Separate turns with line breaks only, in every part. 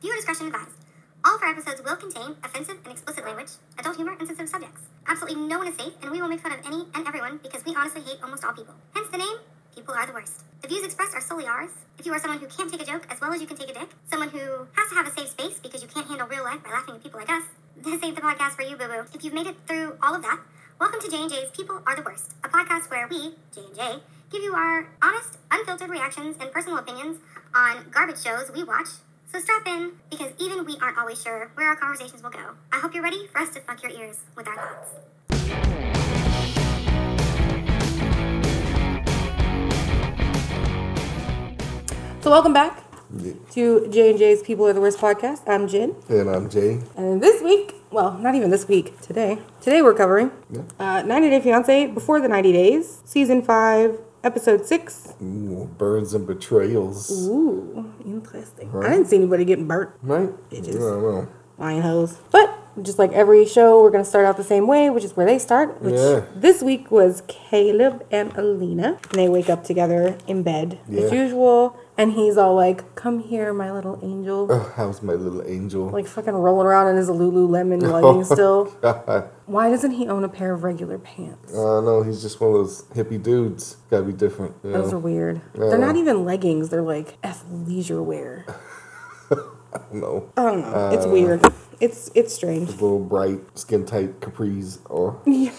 Discretion advised. All of our episodes will contain offensive and explicit language, adult humor, and sensitive subjects. Absolutely no one is safe, and we will make fun of any and everyone because we honestly hate almost all people. Hence the name, People Are the Worst. The views expressed are solely ours. If you are someone who can't take a joke as well as you can take a dick, someone who has to have a safe space because you can't handle real life by laughing at people like us, this ain't the podcast for you, boo boo. If you've made it through all of that, welcome to J&J's People Are the Worst, a podcast where we, J&J, give you our honest, unfiltered reactions and personal opinions on garbage shows we watch. So strap in, because even we aren't always sure where our conversations will go. I hope you're ready for us to fuck your ears with our thoughts.
So welcome back to J and J's People Are the Worst podcast. I'm Jen,
And I'm Jay.
and this week, well, not even this week, today, today we're covering
Yeah.
uh, 90 Day Fiance Before the 90 Days, season five, episode six.
Ooh, burns and betrayals.
Ooh, interesting.
Right.
I didn't see anybody getting burnt,
Right?
Bitches.
I don't know.
lying hoes. But just like every show, we're gonna start out the same way, which is where they start. Which
Yeah.
this week was Caleb and Alina, and they wake up together in bed as
Yeah.
usual, and he's all like, "Come here, my little angel."
Oh, how's my little angel?
like fucking rolling around in his Lululemon leggings still.
I
Why doesn't he own a pair of regular pants?
don't know. He's just one of those hippie dudes. Gotta be different. You
Those are
know?
weird.
Yeah.
They're not even leggings. They're like athleisure wear.
I don't know.
I don't know.
Uh.
it's weird. It's it's strange.
Little bright, skin tight capris. Or
Yeah.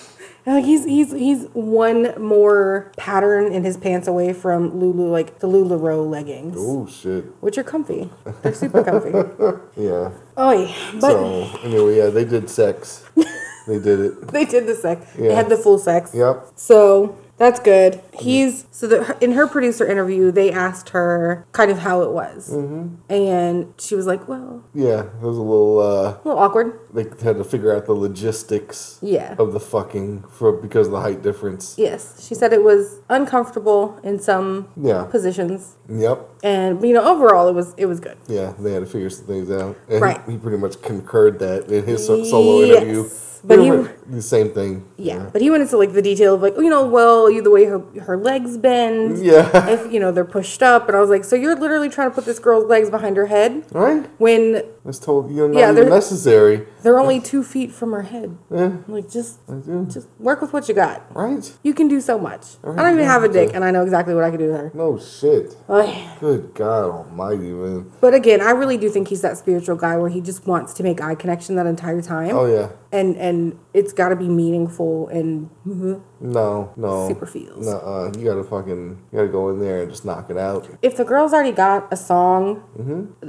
Like he's he's he's one more pattern in his pants away from Lulu like the Lularoe leggings,
oh shit.
which are comfy. They're super comfy.
Yeah.
oh yeah, but
so anyway, yeah, they did sex. they did it.
they did the sex. They
Yeah.
had the full sex.
Yep.
So that's good. He's so the, in her producer interview, they asked her kind of how it was,
Mm-hmm.
and she was like, "Well,
Yeah, it was a little. uh
a little awkward."
They had to figure out the logistics.
Yeah.
Of the fucking for because of the height difference.
Yes, she said it was uncomfortable in some
Yeah.
positions,
Yep.
and you know, overall, it was it was good.
Yeah, they had to figure some things out. And
Right.
He, he pretty much concurred that in his so- solo
Yes.
interview.
But
Pretty
he-
much the same thing.
Yeah, but he went into like the detail of like, oh, you know, well, you the way her her legs bend,
Yeah.
if you know they're pushed up, and I was like, so you're literally trying to put this girl's legs behind her head
Right?
when
That's totally you know, not
Yeah,
even
they're-
necessary.
they're only two feet from her head.
Yeah.
Like just
do.
just work with what you got.
Right?
You can do so much. I
right,
don't even
Uh-huh. yeah,
have a
okay.
dick, and I know exactly what I could do to her.
No shit.
Ugh.
Good God Almighty, man.
But again, I really do think he's that spiritual guy where he just wants to make eye connection that entire time.
Oh yeah.
And and it's got to be meaningful and
No, Oh, no.
Super feels.
Nuh-uh. You gotta fucking, you gotta go in there and just knock it out.
if the girl's already got a song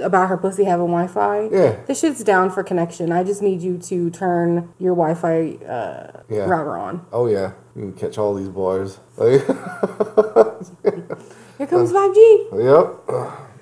about her pussy having Wi-Fi,
Mm-hmm. Yeah.
this shit's down for connection. I just need you to turn your Wi-Fi uh,
Yeah.
router on.
Oh yeah. You can catch all these bars. Like,
Here comes 5G.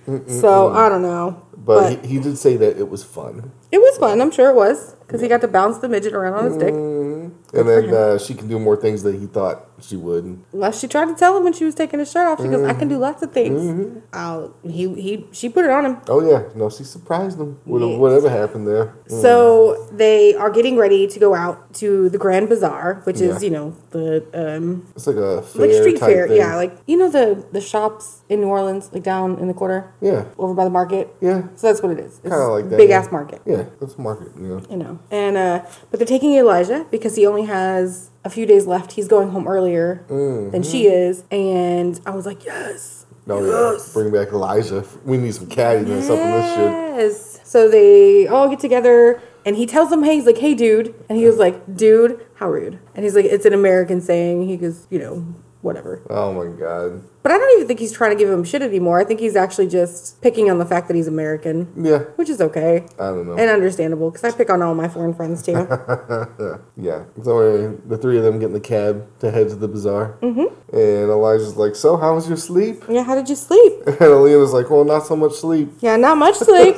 yep.
So I don't know,
But
but,
he, he did say that it was fun.
it was fun. I'm sure it was because he got to bounce the midget around on his
Mm-hmm.
dick.
And then uh, she can do more things that he thought she would.
Well, she tried to tell him when she was taking his shirt off. She goes, "I can do
Mm-hmm.
lots of things." I'll he he she put it on him.
Oh yeah, no, she surprised him with
Yes.
whatever happened there.
So they are getting ready to go out to the Grand Bazaar, which is
Yeah.
you know the um,
It's like a fair
like street
type
fair,
thing.
yeah. Like you know the the shops in New Orleans, like down in the quarter,
yeah,
over by the market.
yeah,
So that's what it is. It's
kind of like that.
big
yeah.
ass market.
Yeah, that's market. You know.
You know, and uh, but they're taking Elijah because he only has a few days left. He's going home earlier than she
Mm-hmm.
is, and I was like, yes,
No, yeah. Bring back Elijah. We need some cattiness up in this shit.
Yes. So they all get together, and he tells them, "Hey, he's like, hey, dude," and he was like, "Dude, how rude." And he's like, "It's an American saying." He goes, "You know, whatever."
Oh my god.
But I don't even think he's trying to give him shit anymore. I think he's actually just picking on the fact that he's American,
Yeah,
which is okay
I don't know.
and understandable because I pick on all my foreign friends too.
yeah. So anyway, the three of them get in the cab to head to the bazaar, mm-hmm. and Elijah's like, "So, how was your sleep?"
yeah, how did you sleep?
And Alina's like, "Well, not so much sleep."
Yeah, not much sleep.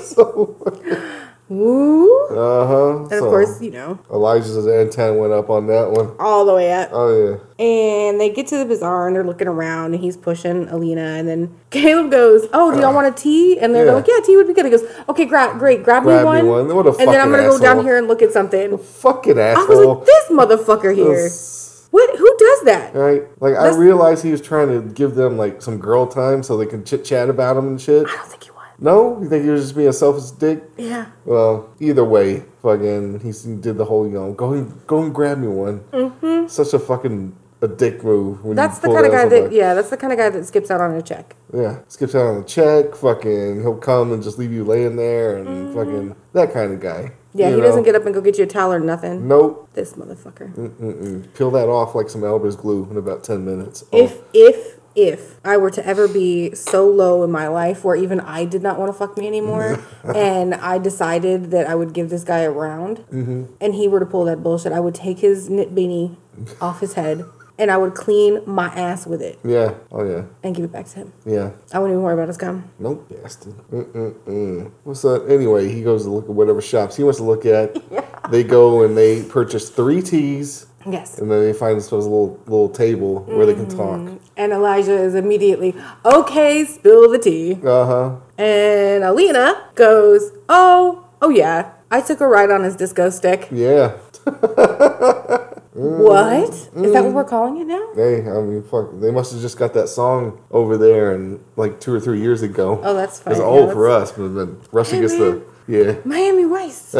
Woo. And
Uh huh. And
of course, you know,
Elijah's antenna went up on that one.
all the way up.
Oh yeah.
And they get to the bazaar and they're looking around and he's pushing Alina. And then Caleb goes, Oh, do y'all want a tea? And they're
Yeah.
like, Yeah, tea would be good. He goes, Okay, gra- great, grab,
Grab
me one.
me one. What a
and then I'm
fucking
going to go down
asshole.
here and look at something.
Fucking
I
asshole.
was like, This motherfucker here. What? Who does that?
Right? Like,
That's-
I realized he was trying to give them, like, some girl time so they can chit chat about him and shit.
I don't think he was.
No? You think he was just being a selfish dick?
Yeah.
Well, either way, fucking, he s- did the whole, you know, go and, go and grab me one. Mm-hmm. Such a fucking a dick move. When
That's the
pull
kind of guy
out
that,
somebody.
yeah, that's the kind of guy that skips out on a check.
Yeah, skips out on the check. Fucking, he'll come and just leave you laying there and fucking that kind of guy.
Mm-hmm. Yeah,
you
he
know?
doesn't get up and go get you a towel or nothing.
Nope.
This motherfucker.
Mm-mm. Peel that off like some Elmer's glue in about ten minutes. Oh,
If, if, if I were to ever be so low in my life where even I did not want to fuck me anymore and I decided that I would give this guy a round and he were to pull that bullshit, I would take his knit beanie off his head and I would clean my ass with it
yeah. Oh yeah.
and give it back to him.
Yeah.
I wouldn't even worry about his cum.
Nope, bastard. Mm-mm-mm. What's that? Anyway, he goes to look at whatever shops he wants to look at. They go and they purchase three teas,
Yes.
and then they find themselves a little little table where they can
Mm.
talk.
And Elijah is immediately, okay, spill the tea.
Uh huh.
And Alina goes, oh, oh yeah, I took a ride on his disco stick.
Yeah.
What? Is that what we're calling it now?
Hey, I mean, fuck. They must have just got that song over there, and like two or three years ago.
Oh, that's Mm-hmm.
It's
fine.
old
Yeah,
for us, but then Rush
Hey,
against
man.
the yeah.
Miami Vice.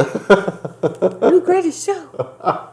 New greatest show.
Uh,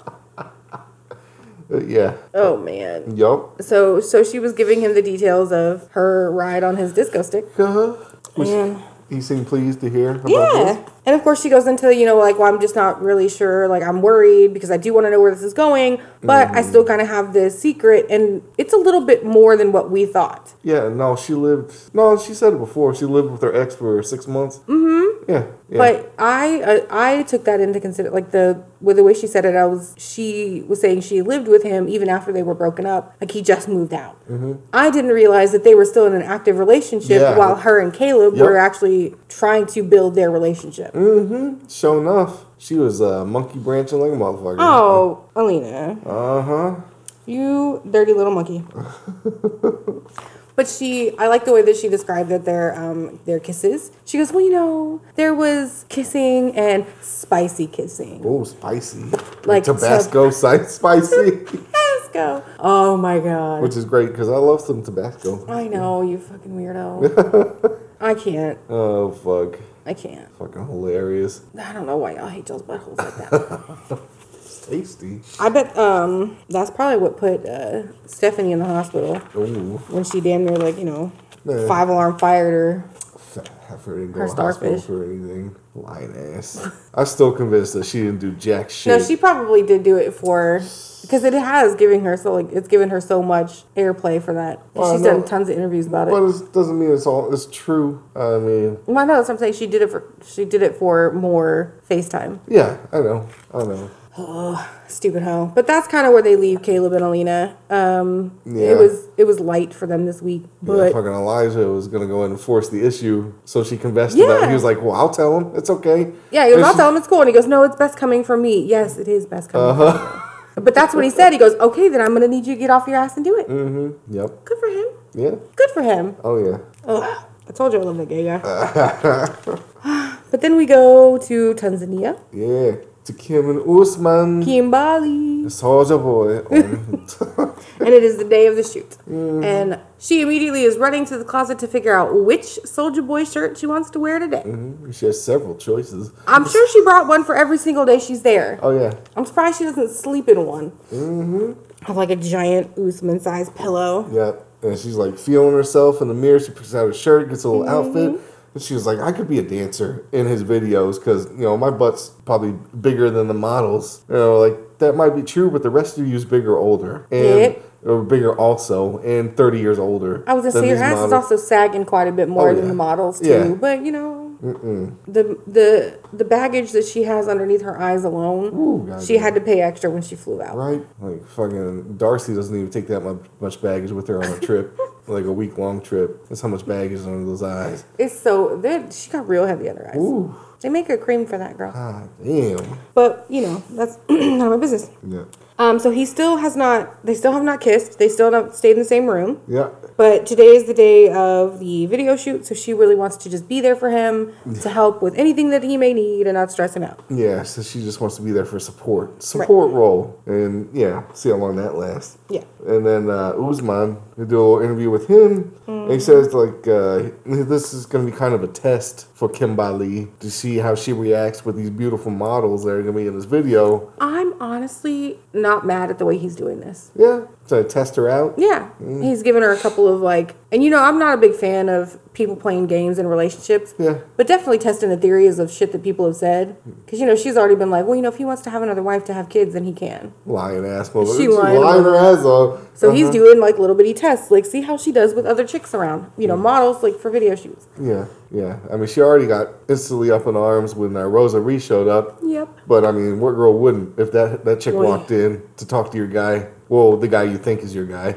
Yeah.
Oh man.
Yup.
So so she was giving him the details of her ride on his disco stick.
Uh-huh. Which
And-
he seemed pleased to hear about
Yeah. And of course she goes into, you know, like, well, I'm just not really sure, like I'm worried because I do want to know where this is going, but
Mm.
I still kind of have this secret and it's a little bit more than what we thought.
Yeah, no, she lived. No, she said it before. She lived with her ex for six months. Mm-hmm. Yeah, yeah.
But I uh, I I took that into consider like the with the way she said it I was she was saying she lived with him even after they were broken up like he just moved out. I didn't realize that they were still in an active relationship
Mm-hmm. Yeah.
while her and Caleb
Yep. Mm.
were actually trying to build their relationship.
sure enough, she was uh, monkey branching like a motherfucker.
Oh, Alina.
Uh huh.
You dirty little monkey. but she, I like the way that she described that their um, their kisses. She goes, well, you know, there was kissing and spicy kissing.
Oh, spicy.
Like
Like Tabasco si- spicy,
Let's go. Oh my god.
which is great because I love some Tabasco.
I know you fucking weirdo. I can't.
Oh fuck,
I can't.
fucking hilarious.
I don't know why y'all hate y'all's buttholes like that.
It's tasty.
I bet um that's probably what put uh, Stephanie in the hospital
Ooh,
when she damn near like you know
Yeah.
five alarm fired her.
I've heard it go
Her
to hospital
starfish.
for anything. Lying ass. I'm still convinced that she didn't do jack shit.
No, she probably did do it for because it has given her so like it's given her so much airplay for that. 'Cause
Well, Oh, I
she's
know.
done tons of interviews about it.
but it doesn't mean it's all. It's true. I mean,
Well, I know that's what I'm saying. She did it for she did it for more FaceTime.
yeah, I know, I know.
Stupid hoe. But that's kind of where they leave Caleb and Alina. Um,
Yeah.
It was it was light for them this week,
yeah,
but
fucking Elijah was gonna go in and force the issue, so she confessed to that.
Yeah.
He was like, "Well, I'll tell him. It's okay."
yeah, he goes,
And
I'll
she-
tell him it's cool, and he goes, no, it's best coming from me. Yes, it is best coming. From
Uh-huh.
me. But that's what he said. He goes, okay, then I'm gonna need you to get off your ass and do it.
Mm. Yep.
Good for him.
Yeah.
Good for him.
Oh yeah.
Ugh. I told you I love that gay guy. but then we go to Tanzania,
Yeah. To Kim and Usman,
Kimbali,
Soldier Boy. Um,
and it is the day of the shoot.
Mm.
And she immediately is running to the closet to figure out which Soldier Boy shirt she wants to wear today.
she has several choices.
I'm sure she brought one for every single day she's there.
Oh yeah.
I'm surprised she doesn't sleep in one. Mm-hmm. Have like a giant Usman sized pillow.
Yeah. And she's like feeling herself in the mirror. She picks out her shirt, gets a little
Mm-hmm.
outfit. And she was like, I could be a dancer in his videos because, you know, my butt's probably bigger than the models. You know, like, that might be true, but the rest of you is bigger, older. And,
Yep.
Or bigger also, and 30 years older.
I was gonna
than
say your
these
ass is
models.
also sagging quite a bit more
Oh,
than
yeah.
the models too.
Yeah.
But you know, the the the baggage that she has underneath her eyes alone,
Ooh, God,
she
yeah.
had to pay extra when she flew out.
Right? Like, fucking Darcy doesn't even take that mu- much baggage with her on a trip, like a week long trip. That's how much baggage is under those eyes.
It's so that she got real heavy under her eyes.
Ooh.
They make a cream for that girl,
God Ah, damn.
but you know that's none of my business.
Yeah.
Um, so he still has not. They still have not kissed. They still have not stayed in the same room.
Yeah.
But today is the day of the video shoot, so she really wants to just be there for him to help with anything that he may need and not stress him out.
Yeah, so she just wants to be there for support, support role, and yeah, see how long that lasts.
Yeah.
And then uh, Usman, they do a little interview with him. And he
Mm-hmm.
says like, uh, this is going to be kind of a test for Kimberly to see how she reacts with these beautiful models that are going to be in this video.
I'm honestly not mad at the way he's doing this.
Yeah, to test her out.
Yeah, he's given her a couple of like, and you know, I'm not a big fan of people playing games in relationships.
Yeah.
But definitely testing the theories of shit that people have said, because you know she's already been like, well, you know, if he wants to have another wife to have kids, then he can.
Lying ass mother.
She
She's
lying.
lying her ass off. Uh-huh.
So he's doing like little bitty tests, like see how she does with other chicks around, you know, models like for video shoots.
Yeah, yeah. I mean, she already got instantly up in arms when uh, Rosa Ree showed up.
Yep.
But I mean, what girl wouldn't if that that chick
Well,
walked in to talk to your guy? Well, the guy you think is your guy.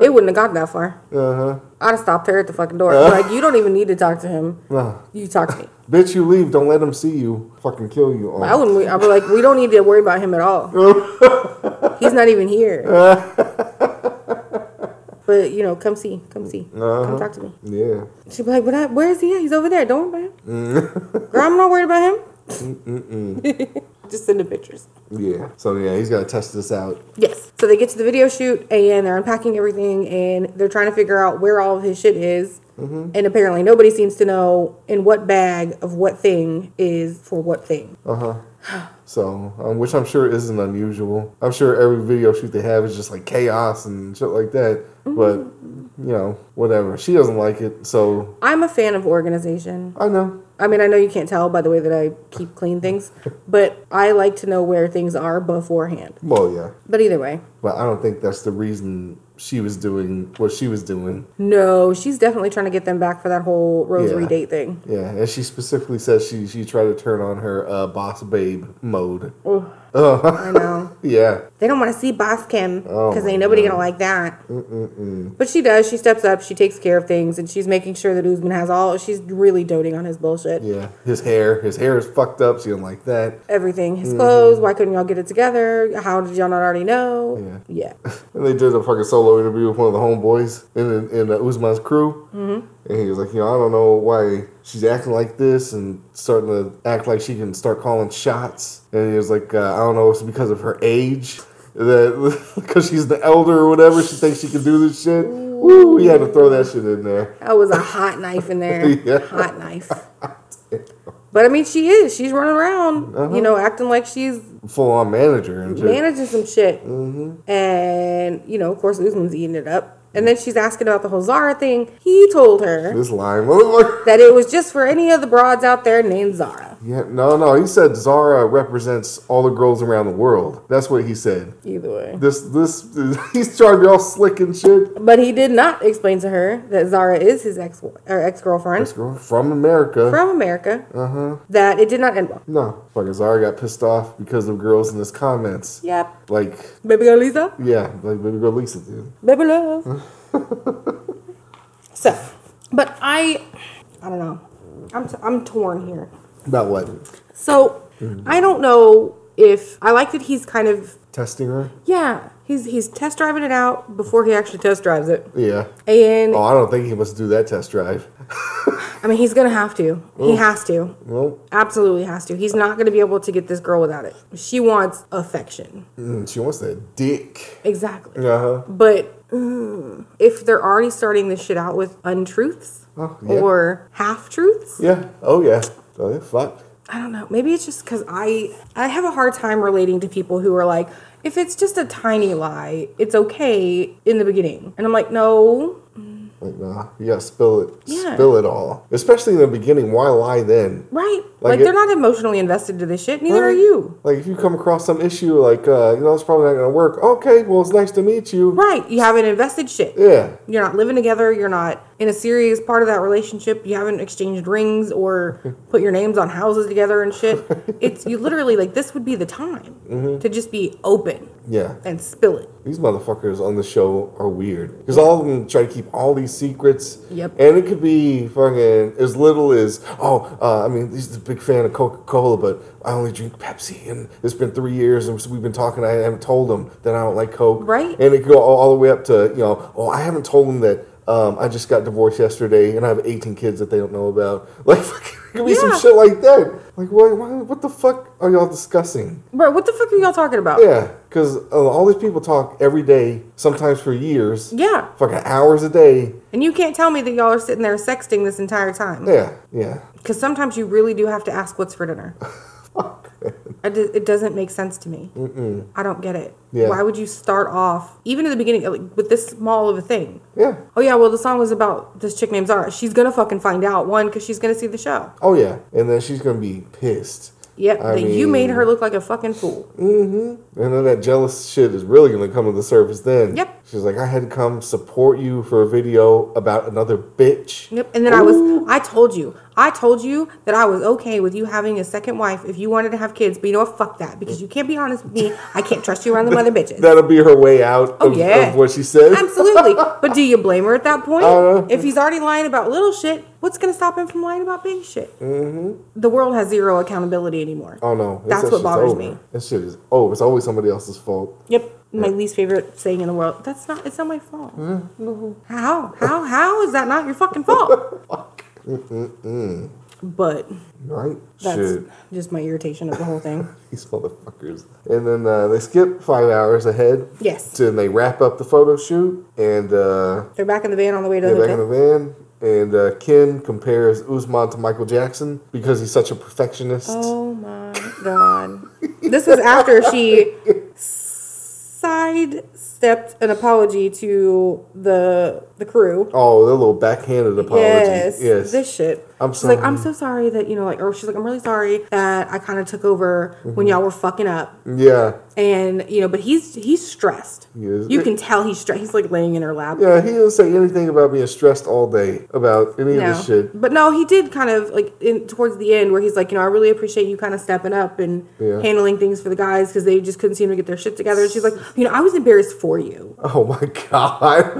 It wouldn't have gotten that far.
Uh huh.
I'd have stopped her at the fucking door. Like you don't even need to talk to him.
No.
You talk to me.
Bitch, you leave. Don't let him see you. Fucking kill you. all.
I wouldn't. I'd be like, we don't need to worry about him at all. He's not even here. but you know, come see, come see, come talk to me.
Yeah.
She'd be like, but I, where is he at? He's over there. Don't worry about him. Girl, I'm not worried about him. Just send the pictures.
Yeah. So yeah, he's gotta test this out.
Yes. So they get to the video shoot and they're unpacking everything and they're trying to figure out where all of his shit is. And apparently nobody seems to know in what bag of what thing is for what thing.
Uh huh. So, um, which I'm sure isn't unusual. I'm sure every video shoot they have is just like chaos and shit like that.
Mm-hmm.
But you know, whatever. She doesn't like it, so
I'm a fan of organization.
I know.
I mean, I know you can't tell by the way that I keep clean things, but I like to know where things are beforehand.
Well, yeah.
But either way,
But I don't think that's the reason she was doing what she was doing.
no, she's definitely trying to get them back for that whole rosary
Yeah.
date thing.
Yeah, and she specifically says she she tried to turn on her uh, boss babe mode. Oh,
I know.
yeah,
They don't want to see Boss Kim
Oh,
because ain't nobody going to like that. But she does. She steps up. She takes care of things and she's making sure that Usman has all. She's really doting on his bullshit.
yeah. His hair, his hair is fucked up. She didn't like that.
Everything. His
Mm-hmm.
clothes. Why couldn't y'all get it together? How did y'all not already know? Yeah.
And they did a fucking solo interview with one of the homeboys in in uh, Usman's crew, mm-hmm. and he was like, you know, I don't know why she's acting like this and starting to act like she can start calling shots. And he was like, uh, I don't know, it's because of her age that because she's the elder or whatever, she thinks she can do this shit. Woo! He had to throw that shit in there.
That was a hot knife in there.
Yeah.
Hot knife. But I mean, she is. She's running around,
Uh-huh.
you know, acting like she's
Full on manager and shit.
managing some shit.
Mm-hmm.
And, you know, of course, Usman's eating it up. And then she's asking about the whole Zara thing. He told her
This line, motherfucker.
that it was just for any of the broads out there named Zara.
Yeah, no, no. He said Zara represents all the girls around the world. That's what he said.
Either way.
This, this, he's trying to be all slick and shit.
But he did not explain to her that Zara is his ex or ex
This
girlfriend
girl from America.
from America. That it did not end well.
no, fucking Zara got pissed off because of girls in his comments.
Yep.
Like,
Baby girl Lisa.
yeah, like baby girl Lisa did.
Baby love. so, but I, I don't know. I'm, t- I'm torn here.
About what?
So, I don't know if I like that he's kind of,
Testing her?
yeah, he's he's test driving it out before he actually test drives it.
Yeah.
And
Oh, I don't think he must do that test drive.
I mean, he's gonna have to. He has to.
Well,
Absolutely has to. He's not gonna be able to get this girl without it. She wants affection.
mm, she wants that dick.
Exactly.
Uh huh.
But mm, if they're already starting this shit out with untruths
Oh, yeah.
or half truths,
Yeah. Oh, yeah. Oh, yeah. Fuck.
I don't know. Maybe it's just because I I have a hard time relating to people who are like, if it's just a tiny lie, it's okay in the beginning. And I'm like, no,
Like, nah, you gotta spill it.
Yeah.
Spill it all. Especially in the beginning. Why lie then?
right? Like,
Like
they're
it-
not emotionally invested to this shit. Neither are
Right.
you.
Like, if you come across some issue, like, uh, you know, it's probably not gonna work. Okay, well, it's nice to meet you.
Right? You haven't invested shit.
Yeah.
You're not living together. You're not in a serious part of that relationship. You haven't exchanged rings or put your names on houses together and shit. It's you literally like this would be the time to just be open.
Mm-hmm. Yeah.
and spill it.
These motherfuckers on the show are weird. Because all of them try to keep all these secrets.
Yep.
And it could be fucking as little as, oh, uh, I mean, he's a big fan of Coca Cola, but I only drink Pepsi. And it's been three years and we've been talking. I haven't told him that I don't like Coke.
Right.
And it could go all, all the way up to, you know, oh, I haven't told him that um, I just got divorced yesterday and I have 18 kids that they don't know about. Like, fucking, it could be
Yeah.
some shit like that. Like, why, why, what the fuck are y'all discussing?
Bro, what the fuck are y'all talking about?
Yeah, because uh, all these people talk every day, sometimes for years.
Yeah.
Fucking hours a day.
And you can't tell me that y'all are sitting there sexting this entire time.
Yeah, yeah.
Because sometimes you really do have to ask what's for dinner.
Fuck.
I d- it doesn't make sense to me. I don't get it.
Yeah.
Why would you start off, even in the beginning, like, with this small of a thing?
Yeah.
Oh, yeah, well, the song was about this chick named Zara. She's going to fucking find out, one, because she's going to see the show.
Oh, yeah. And then she's going to be pissed.
Yep,
I
that you made
mean-
her look like a fucking fool.
And then that jealous shit is really going to come to the surface then.
Yep.
She's like, I had to come support you for a video about another bitch.
Yep. And then I was, I told you, I told you that I was okay with you having a second wife if you wanted to have kids, but you know what? Fuck that, because you can't be honest with me. I can't trust you around the mother bitches.
That'll be her way out
Oh,
of,
yeah.
of what she said.
Absolutely. But do you blame her at that point?
Uh,
if he's already lying about little shit, what's going to stop him from lying about big shit? Mm-hmm. The world has zero accountability anymore.
Oh, no.
That's
that
what
shit's
bothers
over.
me.
That shit is, oh, it's always somebody else's fault.
Yep. My least favorite saying in the world. That's not, it's not my fault.
Mm-hmm.
How? How? How is that not your fucking fault?
Mm-hmm.
But
Right?
that's
shit.
just my irritation of the whole thing.
These motherfuckers. And then uh, they skip five hours ahead.
Yes.
Then they wrap up the photo shoot and uh,
They're back in the van on the way to the
get back in the
hotel.
van. And uh, Ken compares Usman to Michael Jackson because he's such a perfectionist.
Oh my god. This was after she sidestepped an apology to the the crew.
Oh, the little backhanded apology.
Yes.
Yes.
This shit.
I'm
she's like, I'm so sorry that, you know, like, or she's like, I'm really sorry that I kind of took over
Mm-hmm.
when y'all were fucking up.
yeah.
And, you know, but he's he's stressed.
He is.
You can tell he's stressed. He's like laying in her lap.
Yeah, he didn't say anything about being stressed all day about any of
No.
this shit.
But no, he did kind of like in towards the end where he's like, you know, I really appreciate you kind of stepping up and
Yeah.
handling things for the guys because they just couldn't seem to get their shit together. And she's like, you know, I was embarrassed for you.
Oh my God.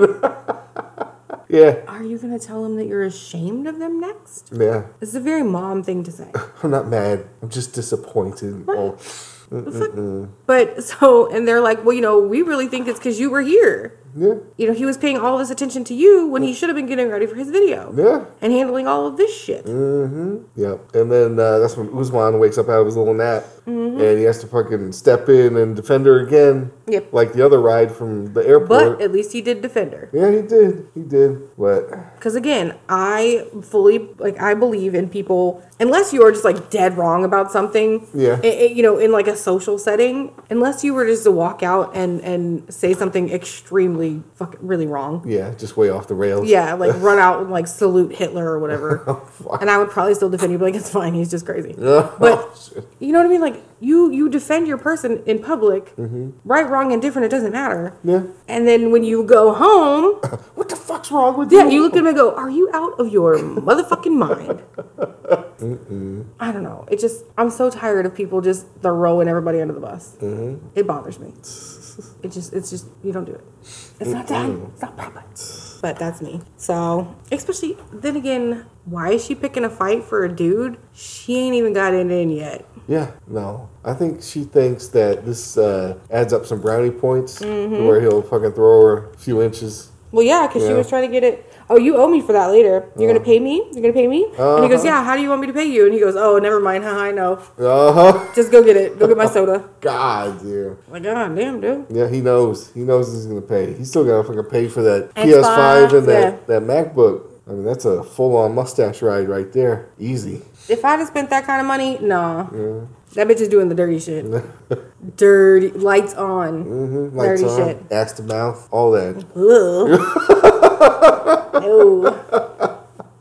yeah.
Are you gonna tell him that you're ashamed of them next?
Yeah.
This is a very mom thing to say.
I'm not mad. I'm just disappointed. Oh.
The fuck? But so, and they're like, well, you know, we really think it's because you were here.
Yeah.
You know, he was paying all this attention to you when he should have been getting ready for his video
Mm. Yeah.
and handling all of this shit.
Yep. And then uh, that's when Usman wakes up out of his little nap,
Mm-hmm.
and he has to fucking step in and defend her again.
Yep.
Like the other ride from the airport.
But at least he did defend her.
yeah, he did. He did. But
Because again, I fully like I believe in people. Unless you are just like dead wrong about something,
Yeah.
i- i- you know, in like a social setting. Unless you were just to walk out and and say something extremely fuck really wrong.
yeah, just way off the rails.
Yeah, like run out and like salute Hitler or
Oh,
whatever. and I would probably still defend you, but like it's fine. He's just crazy. But you know what I mean? Like you you defend your person in public, right, wrong, and different. It doesn't matter.
Mm-hmm. Yeah.
And then when you go home.
What the fuck's wrong with
Yeah,
you?
you look at him and go, "Are you out of your motherfucking mind?" I don't know. It just I'm so tired of people just throwing everybody under the bus. It bothers me. It just it's just you don't do it. It's not done. It's not proper. But that's me. So especially then again, why is she picking a fight for a dude? She ain't even got it in yet.
Yeah, no. I think she thinks that this uh, adds up some brownie points
Mm-hmm.
where he'll fucking throw her a few inches.
Well, yeah, because she
Yeah.
was trying to get it. Oh, you owe me for that later. You're gonna pay me. You're gonna pay me. And he goes, "Yeah. How do you want me to pay you?" And he goes, "Oh, never mind. Haha, I know."
Uh huh.
Just go get it. Go get my soda.
God, dear.
Like, god damn, dude.
Yeah, he knows. He knows he's gonna pay. He's still gonna fucking pay for that
Xbox,
PS5 and that,
yeah.
that MacBook. I mean, that's a full on mustache ride right there. Easy.
If I'd have spent that kind of money, nah. That bitch is doing the dirty shit. dirty lights on.
Mm-hmm.
Dirty shit.
Ass to mouth, all that.
Ugh. no.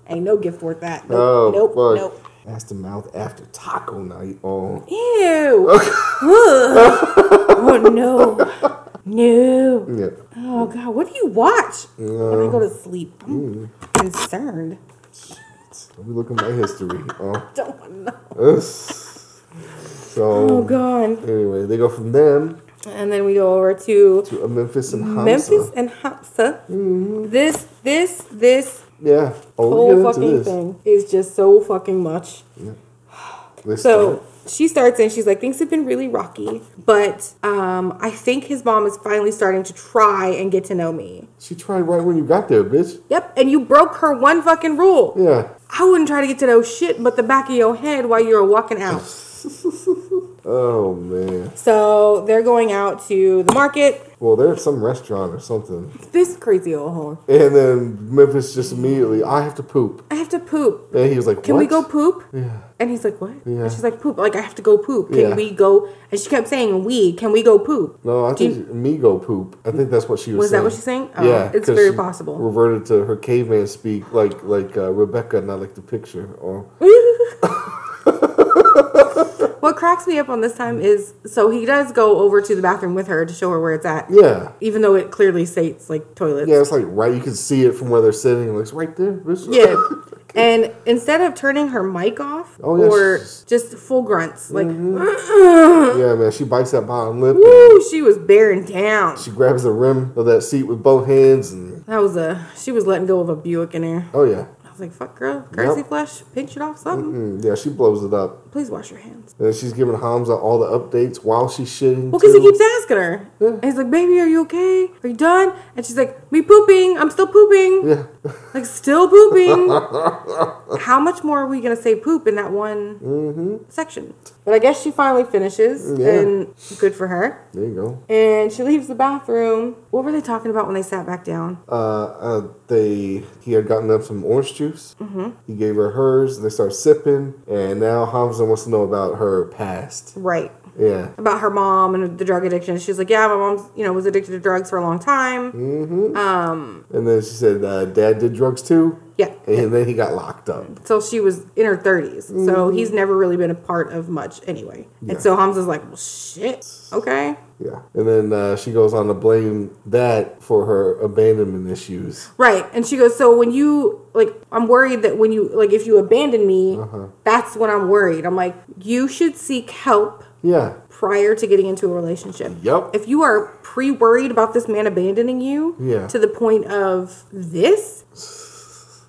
Ain't no gift worth that. Nope.
Oh,
nope.
fuck.
Nope.
Ass to mouth after taco night. Oh,
Ew. Ugh. oh no. No.
yeah.
Oh god, what do you watch when I go to sleep? I'm concerned.
Let me look at my history. Oh,
Don't wanna know.
Ugh.
Oh
so
god.
anyway, they go from them
And then we go over to
To a Memphis and Hamza.
Memphis and Hafsa. This, this, this
Yeah. Oh, Mm-hmm. we'll
whole
get into
fucking
this.
thing is just so fucking much.
Let's
So
start.
she starts and she's like, things have been really rocky, but um, I think his mom is finally starting to try and get to know me.
she tried right when you got there, bitch.
Yep, and you broke her one fucking rule.
Yeah.
I wouldn't try to get to know shit but the back of your head while you were walking out.
Oh man.
so they're going out to the market.
Well, they're at some restaurant or something,
This crazy old hole.
and then Memphis just immediately, I have to poop,
I have to poop.
and he was like,
Can we
"What?"
go poop?
Yeah.
And he's like, what?
Yeah.
And she's like, poop. Like, I have to go poop. Can
Yeah.
we go? And she kept saying, we. Can we go poop?
No, I
Do you-
think me go poop. I think that's what she was.
Was that
saying.
what she's saying? Oh,
yeah,
it's
'cause
very
she
possible.
Reverted to her caveman speak, like like uh, Rebecca, not like the picture. Or
what cracks me up on this time is so he does go over to the bathroom with her to show her where it's at,
yeah,
even though it clearly states like toilets.
yeah, it's like right. You can see it from where they're sitting. Like it's right there. bitch.
Yeah. And instead of turning her mic off
Oh, yeah,
or
she's- Mm-hmm.
just full grunts, like,
yeah, man. She bites that bottom lip. And
woo, she was bearing down.
she grabs the rim of that seat with both hands, and
That was a, she was letting go of a Buick in there.
oh yeah,
I was like, fuck, girl, crazy
Yep.
flesh, pinch it off something.
Mm, yeah, she blows it up.
Please wash your hands.
And she's giving Hamza all the updates while she's shitting.
Well, because he
too.
keeps asking her. And he's like, baby, are you okay? Are you done? And she's like, me pooping. I'm still pooping.
Yeah.
Like, still pooping. How much more are we going to say poop in that one section? But I guess she finally finishes,
Mm-hmm. Yeah.
and good for her.
There you go.
And she leaves the bathroom. What were they talking about when they sat back down?
Uh, uh, they he had gotten them some orange juice. Mm-hmm. He gave her hers. They start sipping, and now Hamza wants to know about her past.
Right.
Yeah,
About her mom and the drug addiction. She's like, yeah, my mom's, you know, was addicted to drugs for a long time.
Mm. and then she said, uh, "Dad did drugs too."
Yeah.
and then he got locked up.
till she was in her 30s. So he's never really been a part of much anyway. And so Hamza's like, well, shit. Okay.
Yeah, and then uh, she goes on to blame that for her abandonment issues.
Right. And she goes, so when you, like, I'm worried that when you, like, if you abandon me, that's when I'm worried. I'm like, you should seek help
Yeah,
prior to getting into a relationship.
Yep.
If you are pre worried about this man abandoning you
Yeah.
to the point of this,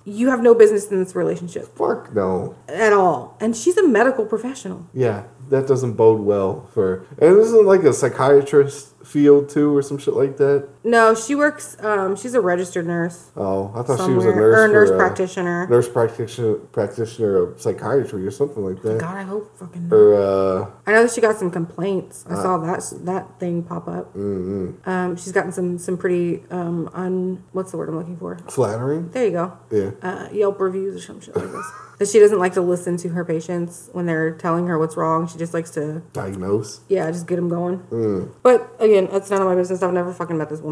you have no business in this relationship
fuck no.
at all. And she's a medical professional.
Yeah, that doesn't bode well for. And isn't like a psychiatrist field too, or some shit like that.
No, she works. Um, she's a registered nurse
Oh, I thought she was a
somewhere,
nurse
or a
for,
nurse
uh,
practitioner.
nurse practitioner, practitioner of psychiatry or something like that.
God, I hope fucking.
Or uh,
I know that she got some complaints. I saw that that thing pop up.
Mm-hmm.
Um, she's gotten some some pretty um un what's the word I'm looking for?
flattering.
There you go.
Yeah.
Uh, Yelp reviews or some shit like this. that she doesn't like to listen to her patients when they're telling her what's wrong. She just likes to
Diagnose.
yeah, just get them going.
Mm.
But again, that's none of my business. I've never fucking met this woman.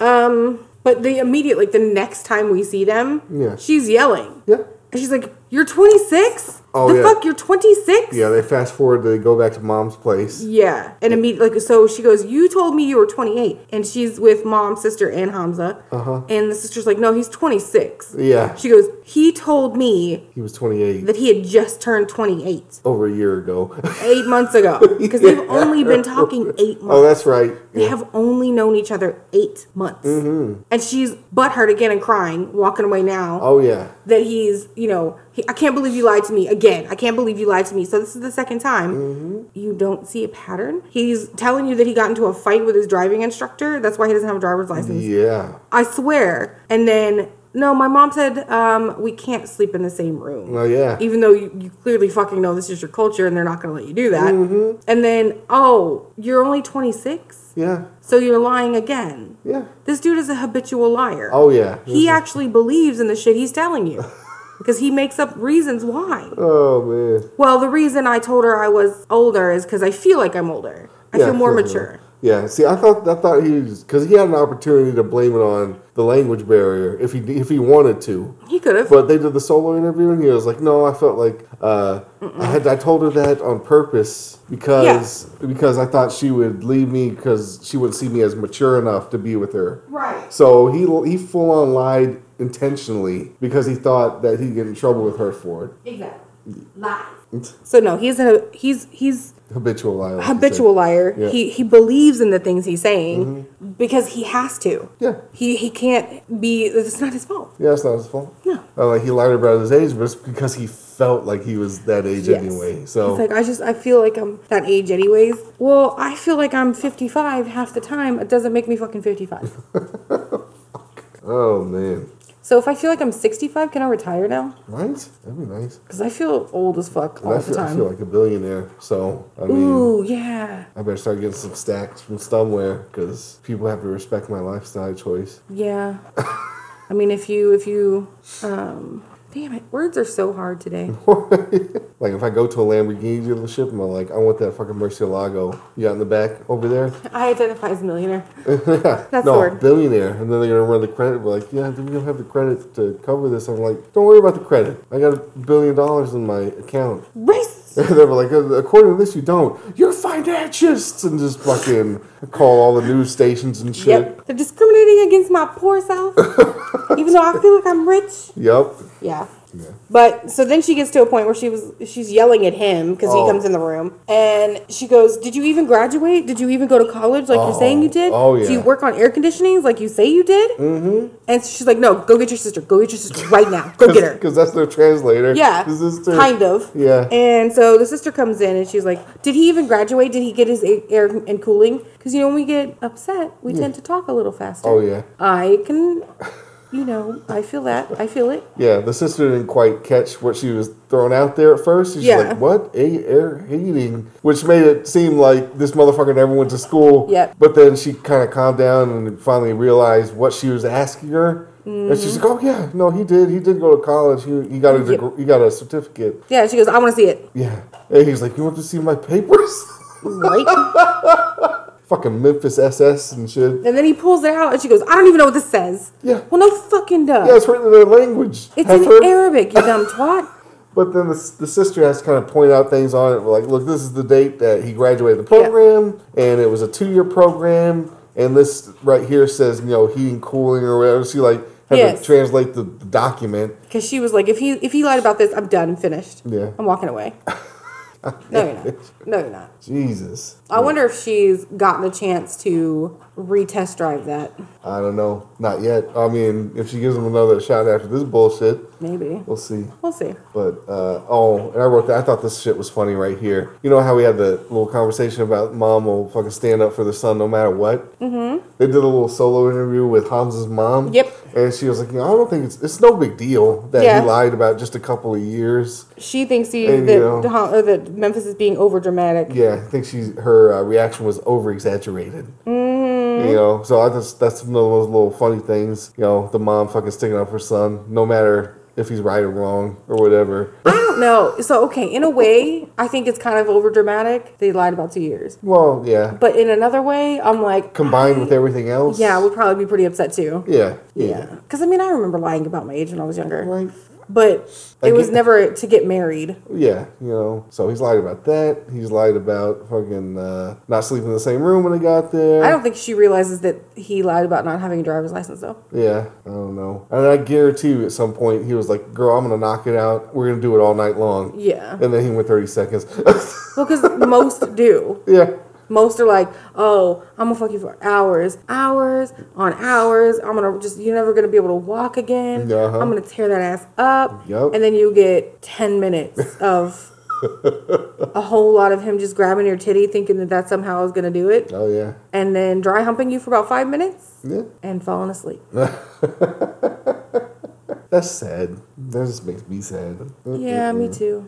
um, but the immediate, like the next time we see them,
Yeah.
she's yelling.
Yeah.
And she's like, "You're 26?
Oh,
the
yeah.
fuck, you're 26?
Yeah, they fast forward. They go back to mom's place.
Yeah. And immediately, like, so she goes, "You told me you were 28," and she's with mom, sister, and Hamza. Uh-huh. And the sister's like, "No, he's 26."
Yeah,
She goes, "He told me."
he was 28
That he had just turned 28
over a year ago.
eight months ago. Because they've only been talking eight months.
oh, that's right.
They
Yeah. Mm-hmm.
have only known each other eight months. And she's butthurt again and crying, walking away now.
Oh yeah.
That he's, you know, he, I can't believe you lied to me again. I can't believe you lied to me. So this is the second time.
Mm-hmm.
You don't see a pattern. He's telling you that he got into a fight with his driving instructor. That's why he doesn't have a driver's
Mm-hmm.
license.
Yeah.
I swear. And then, no, my mom said um, we can't sleep in the same room.
Oh yeah.
Even though you, you clearly fucking know this is your culture and they're not going to let you do that.
Mm-hmm.
And then, oh, you're only 26?
Yeah.
So you're lying again.
Yeah.
This dude is a habitual liar.
Oh yeah.
He actually believes in the shit he's telling you. Because he makes up reasons why.
oh man.
Well, the reason I told her I was older is because I feel like I'm older. I
Yeah,
feel more
sure,
mature.
Yeah. Yeah, see, I thought I thought he was because he had an opportunity to blame it on the language barrier if he if he wanted to.
He could have.
But they did the solo interview, and he was like, "No, I felt like uh, I had I told her that on purpose because because I thought she would leave me because she wouldn't see me as mature enough to be with her."
Right.
So he he full on lied intentionally because he thought that he'd get in trouble with her for
Exactly. Lies.
it.
So no, he's a he's he's
Habitual liar. like you said.
habitual liar.
Yeah. Mm-hmm.
He he believes in the things he's saying because he has to.
Yeah.
He he can't be. It's not his fault.
Yeah, it's not his fault.
No.
Uh, like he lied about his age, but it's because he felt like he was that age
Yes.
anyway. So
It's like I just I feel like I'm that age anyways. Well, I feel like I'm 55 half the time. It doesn't make me fucking 55.
oh man,
so if I feel like I'm 65, can I retire now?
right? That'd be nice.
Because I feel old as fuck
And
all
I
the
feel, I
time.
feel like a billionaire. So I mean,
Ooh yeah,
I better start getting some stacks from somewhere because people have to respect my lifestyle choice.
yeah. I mean, if you if you um, damn it, words are so hard today.
Like if I go to a Lamborghini dealership and I'm like, I want that fucking Murcielago you got in the back over there.
I identify as a millionaire. That's the
no,
word.
billionaire. And then they're gonna run the credit. We're like, yeah, we don't have the credit to cover this. I'm like, don't worry about the credit. I got a billion dollars in my account.
Racist.
they were like, "Uh, according to this, you don't. You're financists, and just fucking call all the news stations and shit.
Yep. They're discriminating against my poor self, even though I feel like I'm rich.
Yep.
Yeah.
Yeah.
But so then she gets to a point where she was she's yelling at him because
Oh.
he comes in the room and she goes, "Did you even graduate? Did you even go to college like you're saying you
Oh.
did?
Oh,
Do
yeah.
you work on air conditionings like you say you did?" Mm-hmm. And so she's like, "No, go get your sister. Go get your sister right now. Go get her."
Because that's their translator.
Yeah,
This is their-
kind of.
Yeah.
And so the sister comes in and she's like, "Did he even graduate? Did he get his a- air and cooling? Because you know when we get upset, we tend to talk a little faster.
Oh, yeah.
I can, you know, I feel that. I feel it.
yeah, the sister didn't quite catch what she was throwing out there at first. She's
Yeah.
like, what? A- air heating? Which made it seem like this motherfucker never went to school.
Yep.
But then she kind of calmed down and finally realized what she was asking her. And she's like, oh, yeah, no, he did. He did go to college. He, he got a
Yep.
deg- he got a certificate.
Yeah." She goes, "I want to see it."
Yeah. And he's like, You want to see my papers?
Right.
Fucking Memphis SS and shit.
And then he pulls it out and she goes, I don't even know what this says.
Yeah.
Well, no fucking duh.
Yeah, it's written in their language.
It's in
heifer.
Arabic, you dumb twat.
But then the, s- the sister has to kind of point out things on it, like, look, this is the date that he graduated the program, and it was a two year program, and this right here says, you know, heating, cooling, or whatever. She, like, had
Yes.
to translate the, the document.
Because she was like, if he if he lied about this, I'm done, finished.
Yeah.
I'm walking away. No, you're not. No, you're not.
Jesus.
I wonder if she's gotten a chance to retest drive that.
I don't know. Not yet. I mean, if she gives him another shot after this bullshit,
Maybe.
we'll see.
We'll see.
But uh, oh, and I wrote that. I thought this shit was funny right here. You know how we had the little conversation about mom will fucking stand up for the son no matter what. Mm-hmm. They did a little solo interview with Hamza's mom.
Yep.
And she was like, you know, I don't think it's it's no big deal that
Yeah.
he lied about just a couple of years.
She thinks he
And,
that,
you know-
Dahom- or that Memphis is being over dramatic.
Yeah, I think she her uh, reaction was over exaggerated.
Mm-hmm.
You know, so I just that's one of those little funny things. You know, the mom fucking sticking up for son no matter if he's right or wrong or whatever.
I don't know. So okay, in a way, I think it's kind of over dramatic. They lied about two years.
Well, yeah.
But in another way, I'm like
Combined with everything else.
Yeah, I would probably be pretty upset too.
Yeah.
Yeah. Because I mean, I remember lying about my age when I was younger.
Right.
But it
I
was
get-
never to get married.
Yeah, you know. So he's lied about that. He's lied about fucking uh, not sleeping in the same room when I got there.
I don't think she realizes that he lied about not having a driver's license, though.
yeah, I don't know. And I guarantee you at some point he was like, girl, I'm going to knock it out. We're going to do it all night long.
Yeah.
And then he went 30 seconds.
Well, because most do.
yeah.
Most are like, oh, I'm gonna fuck you for hours, hours on hours. I'm gonna just, you're never gonna be able to walk again.
Uh-huh.
I'm gonna tear that ass up.
Yup.
And then you get 10 minutes of a whole lot of him just grabbing your titty, thinking that that somehow is gonna do it.
Oh, yeah.
and then dry humping you for about five minutes
Yeah.
and falling asleep.
That's sad. That just makes me sad.
Yeah, me too.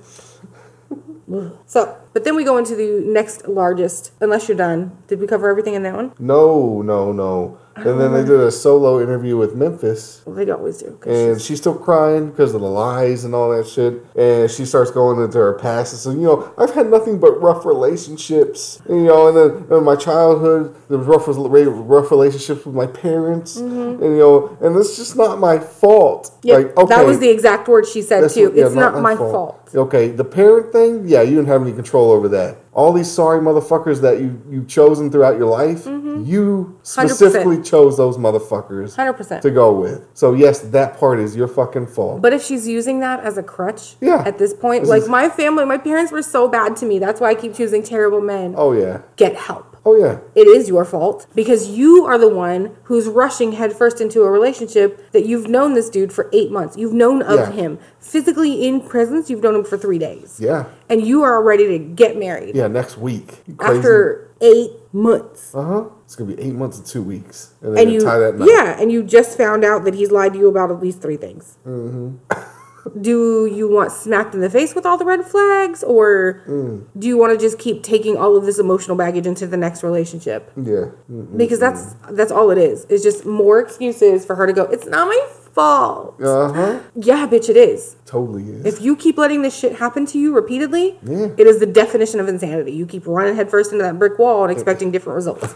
so, but then we go into the next largest, unless you're done. Did we cover everything in that one?
No, no, no. And then they did a solo interview with Memphis.
Well, they always do. 'cause
and she's still crying because of the lies and all that shit. And she starts going into her past and saying, you know, I've had nothing but rough relationships. And, you know, and then in my childhood, there was rough, rough relationships with my parents. And, you know, and it's just not my fault.
Yep,
like, okay.
Mm-hmm. That was the exact word she said
that's
too.
what- yeah,
it's not, my fault.
Okay, the parent thing, yeah, you didn't have any control over that.
Mm-hmm.
All these sorry motherfuckers that you you chosen throughout your life, you specifically chose those motherfuckers
100%.
to go with. So yes, that part is your fucking fault.
But if she's using that as a crutch
Yeah.
at this point,
This
like
is-
my family, my parents were so bad to me. That's why I keep choosing terrible men.
oh yeah,
Get help.
oh yeah.
It is your fault because you are the one who's rushing headfirst into a relationship that you've known this dude for eight months. You've known of
Yeah.
him physically in presence, you've known him for three days.
Yeah.
And you are ready to get married
Yeah, next week. You crazy?
after eight months.
uh huh. It's gonna be eight months and two weeks, and then
and you,
tie that knot.
yeah, and you just found out that he's lied to you about at least three things.
Mm-hmm.
do you want smacked in the face with all the red flags, or
Mm.
do you want to just keep taking all of this emotional baggage into the next relationship?
Yeah. Mm.
Because that's that's all it is. It's just more excuses for her to go. It's not my fault.
Uh huh.
Yeah, bitch, it is.
Totally is.
If you keep letting this shit happen to you repeatedly,
Yeah.
it is the definition of insanity. You keep running headfirst into that brick wall and expecting different results.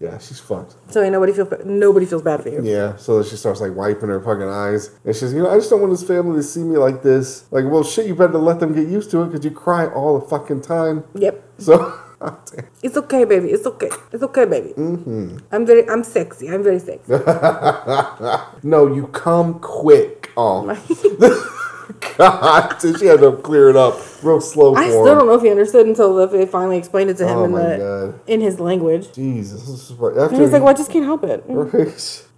yeah, she's fucked.
So ain't nobody feel nobody feels bad for you.
Yeah, so then she starts like wiping her fucking eyes, and she's, you know, I just don't want this family to see me like this. Like, well, shit, you better let them get used to it because you cry all the fucking time.
Yep.
So,
It's okay, baby. It's okay. It's okay, baby. Mm-hmm. I'm very, I'm sexy. I'm very sexy.
no, you come quick. Oh, God, so she had to clear it up real slow for
I
him.
still don't know if he understood until if it finally explained it to him
Oh
in
my
the
God.
in his language.
Jesus, this is right after
And he's like, "Well, I just can't help it."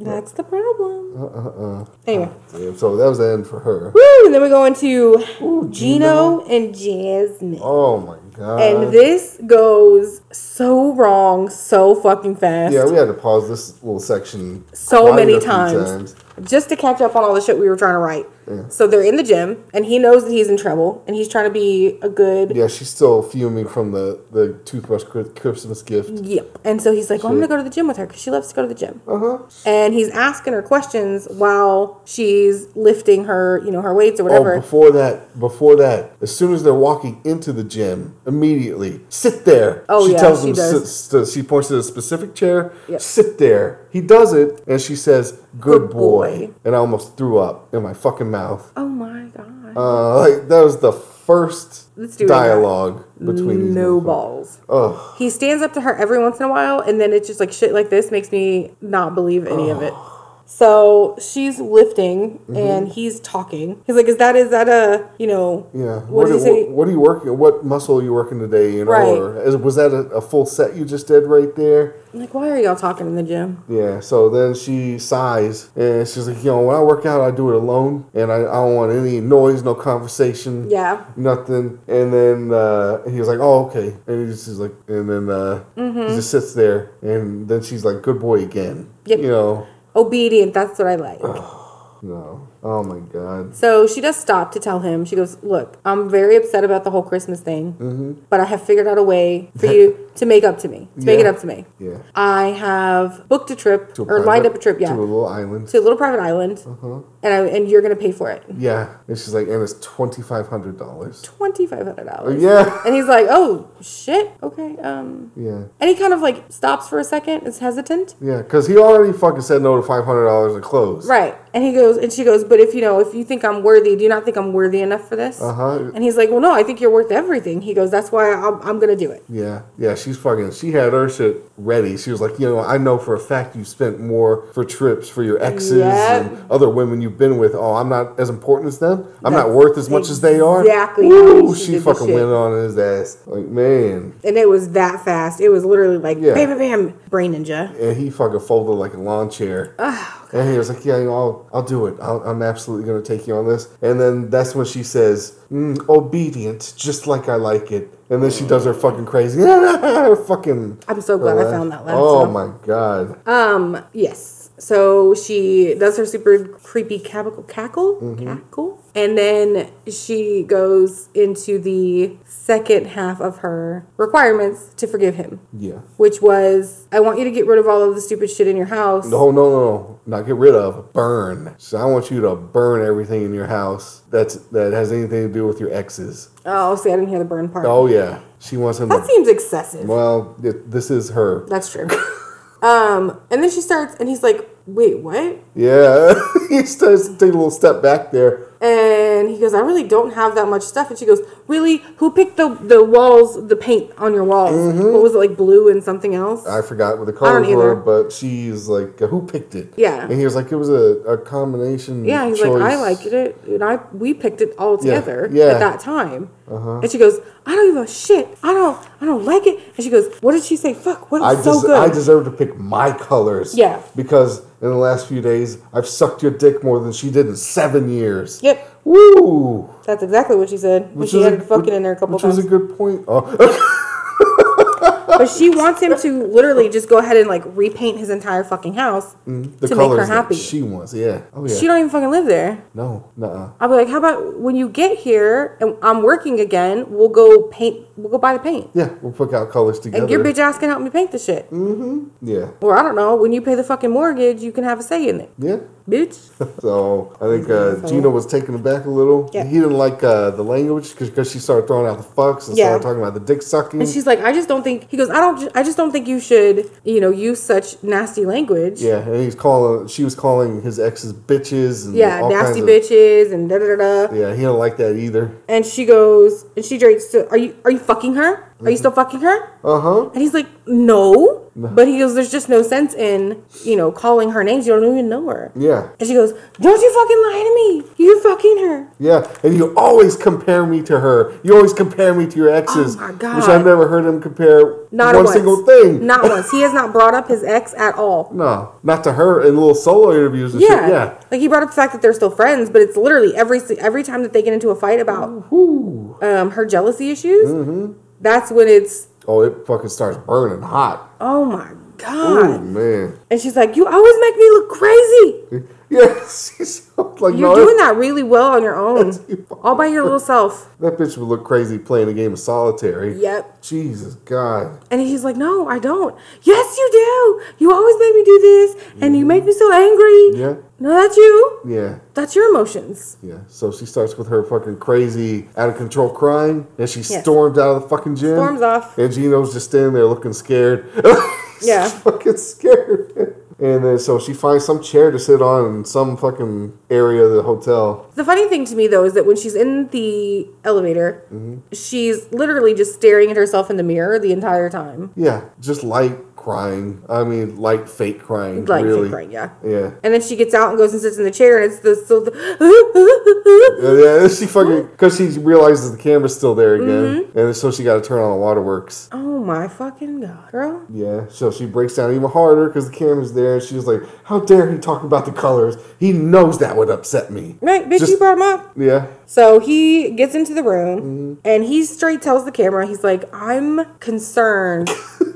Right.
That's the problem. Uh, uh, uh. Anyway,
Damn, so that was the end for her.
woo! And then we go into
Gino.
Gino and Jasmine,
Oh my God.
and this goes so wrong, so fucking fast.
yeah, we had to pause this little section
so
quite a
many
few
times, just to catch up on all the shit we were trying to write. So they're in the gym, and he knows that he's in trouble, and he's trying to be a good.
Yeah, she's still fuming from the, the toothbrush Chri- Christmas gift.
Yep. And so he's like, well, I'm
Sure.
going to go to the gym with her because she loves to go to the gym.
Uh huh.
And he's asking her questions while she's lifting her, you know, her weights or whatever.
Oh, before that, before that, as soon as they're walking into the gym, immediately sit there.
Oh,
she
yeah,
tells
she
him.
does.
"Sit- s- she points to a specific chair.
Yep.
Sit there. He does it, and she says, "Good,
Good
boy.
boy.
and I almost threw up in my fucking mouth.
Oh my God.
Uh, like that was the first
Let's do it again.
dialogue between these
no
motherfuckers.
balls.
Ugh.
He stands up to her every once in a while, and then it's just like shit like this makes me not believe any of it. So she's lifting
Mm-hmm.
and he's talking. He's like, Is that, is that a, you know,
Yeah.
What,
do-
does he say?
What, are you working? What muscle are you working today? You know,
Right.
or is, was that a, a full set you just did right there?
I'm like, why are y'all talking in the gym?
Yeah, so then she sighs and she's like, you know, when I work out, I do it alone and I, I don't want any noise, no conversation.
Yeah.
Nothing. And then uh, he was like, oh, okay. And he just is like, and then uh,
Mm-hmm.
he just sits there and then she's like, good boy again.
Yep.
You know,
Obedient, that's what I like.
no. Oh my God.
So she does stop to tell him. She goes, "Look, I'm very upset about the whole Christmas thing,
Mm-hmm.
but I have figured out a way for you to make up to me. To make it
Yeah.
up to me.
Yeah.
I have booked a trip
To a
or lined
private-
up a trip, yeah,
To a
to a,
little island.
little private island,
Mm-hmm.
and I, and you're gonna pay for it,
yeah. And she's like, and it's $2,500.
twenty five hundred dollars.
Yeah.
And he's like, "Oh shit, okay." Um,
Yeah.
and he kind of like stops for a second, is hesitant,
Yeah. Because he already fucking said no to $500 in clothes.
Right. And he goes, and she goes, but if you know, if you think I'm worthy, do you not think I'm worthy enough for this?
Uh-huh.
And he's like, well, no, I think you're worth everything. He goes, that's why I'm, I'm going to do it.
Yeah, yeah, she's fucking. She had her shit ready. She was like, you know, I know for a fact you spent more for trips for your exes
Yep.
and other women you've been with. Oh, I'm not as important as them. I'm not
That's
worth as much as they are.
exactly how
Woo,
she
she,
did this
fucking
shit.
went on his ass. Like man,
And it was that fast. It was literally like,
Yeah.
bam, bam, bam, brain ninja.
and he fucking folded like a lawn chair.
Oh,
and he was like, yeah, you know, I'll I'll do it. I'll, I'm absolutely gonna take you on this. And then that's when she says, mm, obedient, just like I like it. And then she does her fucking crazy, fucking.
I'm so glad I found that laugh
Oh
sound.
my god.
Um, yes. So she does her super creepy cackle, cackle, cackle, and then she goes into the second half of her requirements to forgive him.
Yeah.
which was I want you to get rid of all of the stupid shit in your house.
No, no, no, no. Not get rid of. Burn. So I want you to burn everything in your house that's that has anything to do with your exes.
Oh, see, I didn't hear the burn part.
Oh yeah, she wants him.
That
To,
seems excessive.
well, th- this is her.
That's true. um, and then she starts, and he's like, "Wait, what?"
Yeah, he starts to take a little step back there.
And he goes, I really don't have that much stuff. And she goes, Really? Who picked the, the walls, the paint on your walls?
Mm-hmm.
What was it, like blue and something else?
I forgot what the colors
either.
were, but she's like, who picked it?
Yeah.
And he was like, it was a, a combination.
yeah, he's
choice.
like, I liked it, and I we picked it all together
yeah. Uh-huh.
at that time. And she goes, I don't give a shit. I don't, I don't like it. And she goes, What did she say? Fuck, what
I,
is so
des-
good?
I deserve to pick my colors.
Yeah.
Because in the last few days, I've sucked your dick more than she did in seven years.
Yep.
Woo!
That's exactly what she said. When she
was
had
a-
it fucking
which-
in there a couple
which
times.
was a good point. Oh,
but she wants him to literally just go ahead and like repaint his entire fucking house
Mm-hmm. the
to make
colors
her happy.
That she wants, yeah. Oh, yeah.
she don't even fucking live there.
no, nuh-uh.
I'll be like, how about when you get here and I'm working again, we'll go paint, we'll go buy the paint.
Yeah, we'll pick out colors together.
And your bitch ass can help me paint the shit.
Mm. Yeah,
Or I don't know, when you pay the fucking mortgage, you can have a say in it.
yeah.
Bitch.
So I think uh,
So-
Gino was taken aback a little.
Yeah.
He didn't like uh, the language because she started throwing out the fucks and
Yeah.
started talking about the dick sucking.
And she's like, I just don't think, he goes, I don't, ju- I just don't think you should, you know, use such nasty language.
yeah, and he's calling. She was calling his exes bitches. And
Yeah,
all
nasty
kinds of-
bitches and da da da da.
Yeah, he didn't like that either.
And she goes, and she drinks. So are you are you fucking her?
Mm-hmm.
Are you still fucking her?
Uh huh.
And he's like, no. But he goes, there's just no sense in you know calling her names. You don't even know her.
Yeah,
And she goes, don't you fucking lie to me. You're fucking her.
yeah, and you always compare me to her. You always compare me to your exes,
Oh my
which
God.
I've never heard him compare
Not
one
once.
single thing.
Not once. He has not brought up his ex at all.
no, not to her in little solo interviews and
Yeah.
shit. Yeah,
Like he brought up the fact that they're still friends, but it's literally every si- every time that they get into a fight about um, her jealousy issues.
Mm-hmm.
That's when it's
oh, it fucking starts burning hot.
oh my
Oh
god.
man,
And she's like, you always make me look crazy.
yeah, she's like
You're
no,
doing that really well on your own,
you fucking
all by your little self.
That bitch would look crazy playing a game of solitary.
Yep.
Jesus God.
And he's like, "No, I don't." Yes, you do. You always make me do this, and you make me so angry.
Mm-hmm. Yeah.
No, that's you.
Yeah.
That's your emotions.
Yeah. So she starts with her fucking crazy, out of control crying, and she
Yes.
storms out of the fucking gym.
Storms off.
And Gino's just standing there looking scared.
Yeah.
He's fucking scared. And then so she finds some chair to sit on in some fucking area of the hotel.
The funny thing to me though is that when she's in the elevator,
Mm-hmm.
she's literally just staring at herself in the mirror the entire time.
Yeah. Just light crying. I mean, light fake crying.
Like,
really.
right, yeah.
Yeah.
And then she gets out and goes and sits in the chair, and it's the, so
Yeah,
the
Yeah, she fucking because she realizes the camera's still there again, and so she got to turn on the waterworks.
oh my fucking god, girl.
Yeah, so she breaks down even harder because the camera's there, and she's like, "How dare he talk about the colors? He knows that would upset me."
Right, bitch,
Just-
you brought him up.
Yeah,
So he gets into the room
Mm-hmm.
and he straight tells the camera, he's like, I'm concerned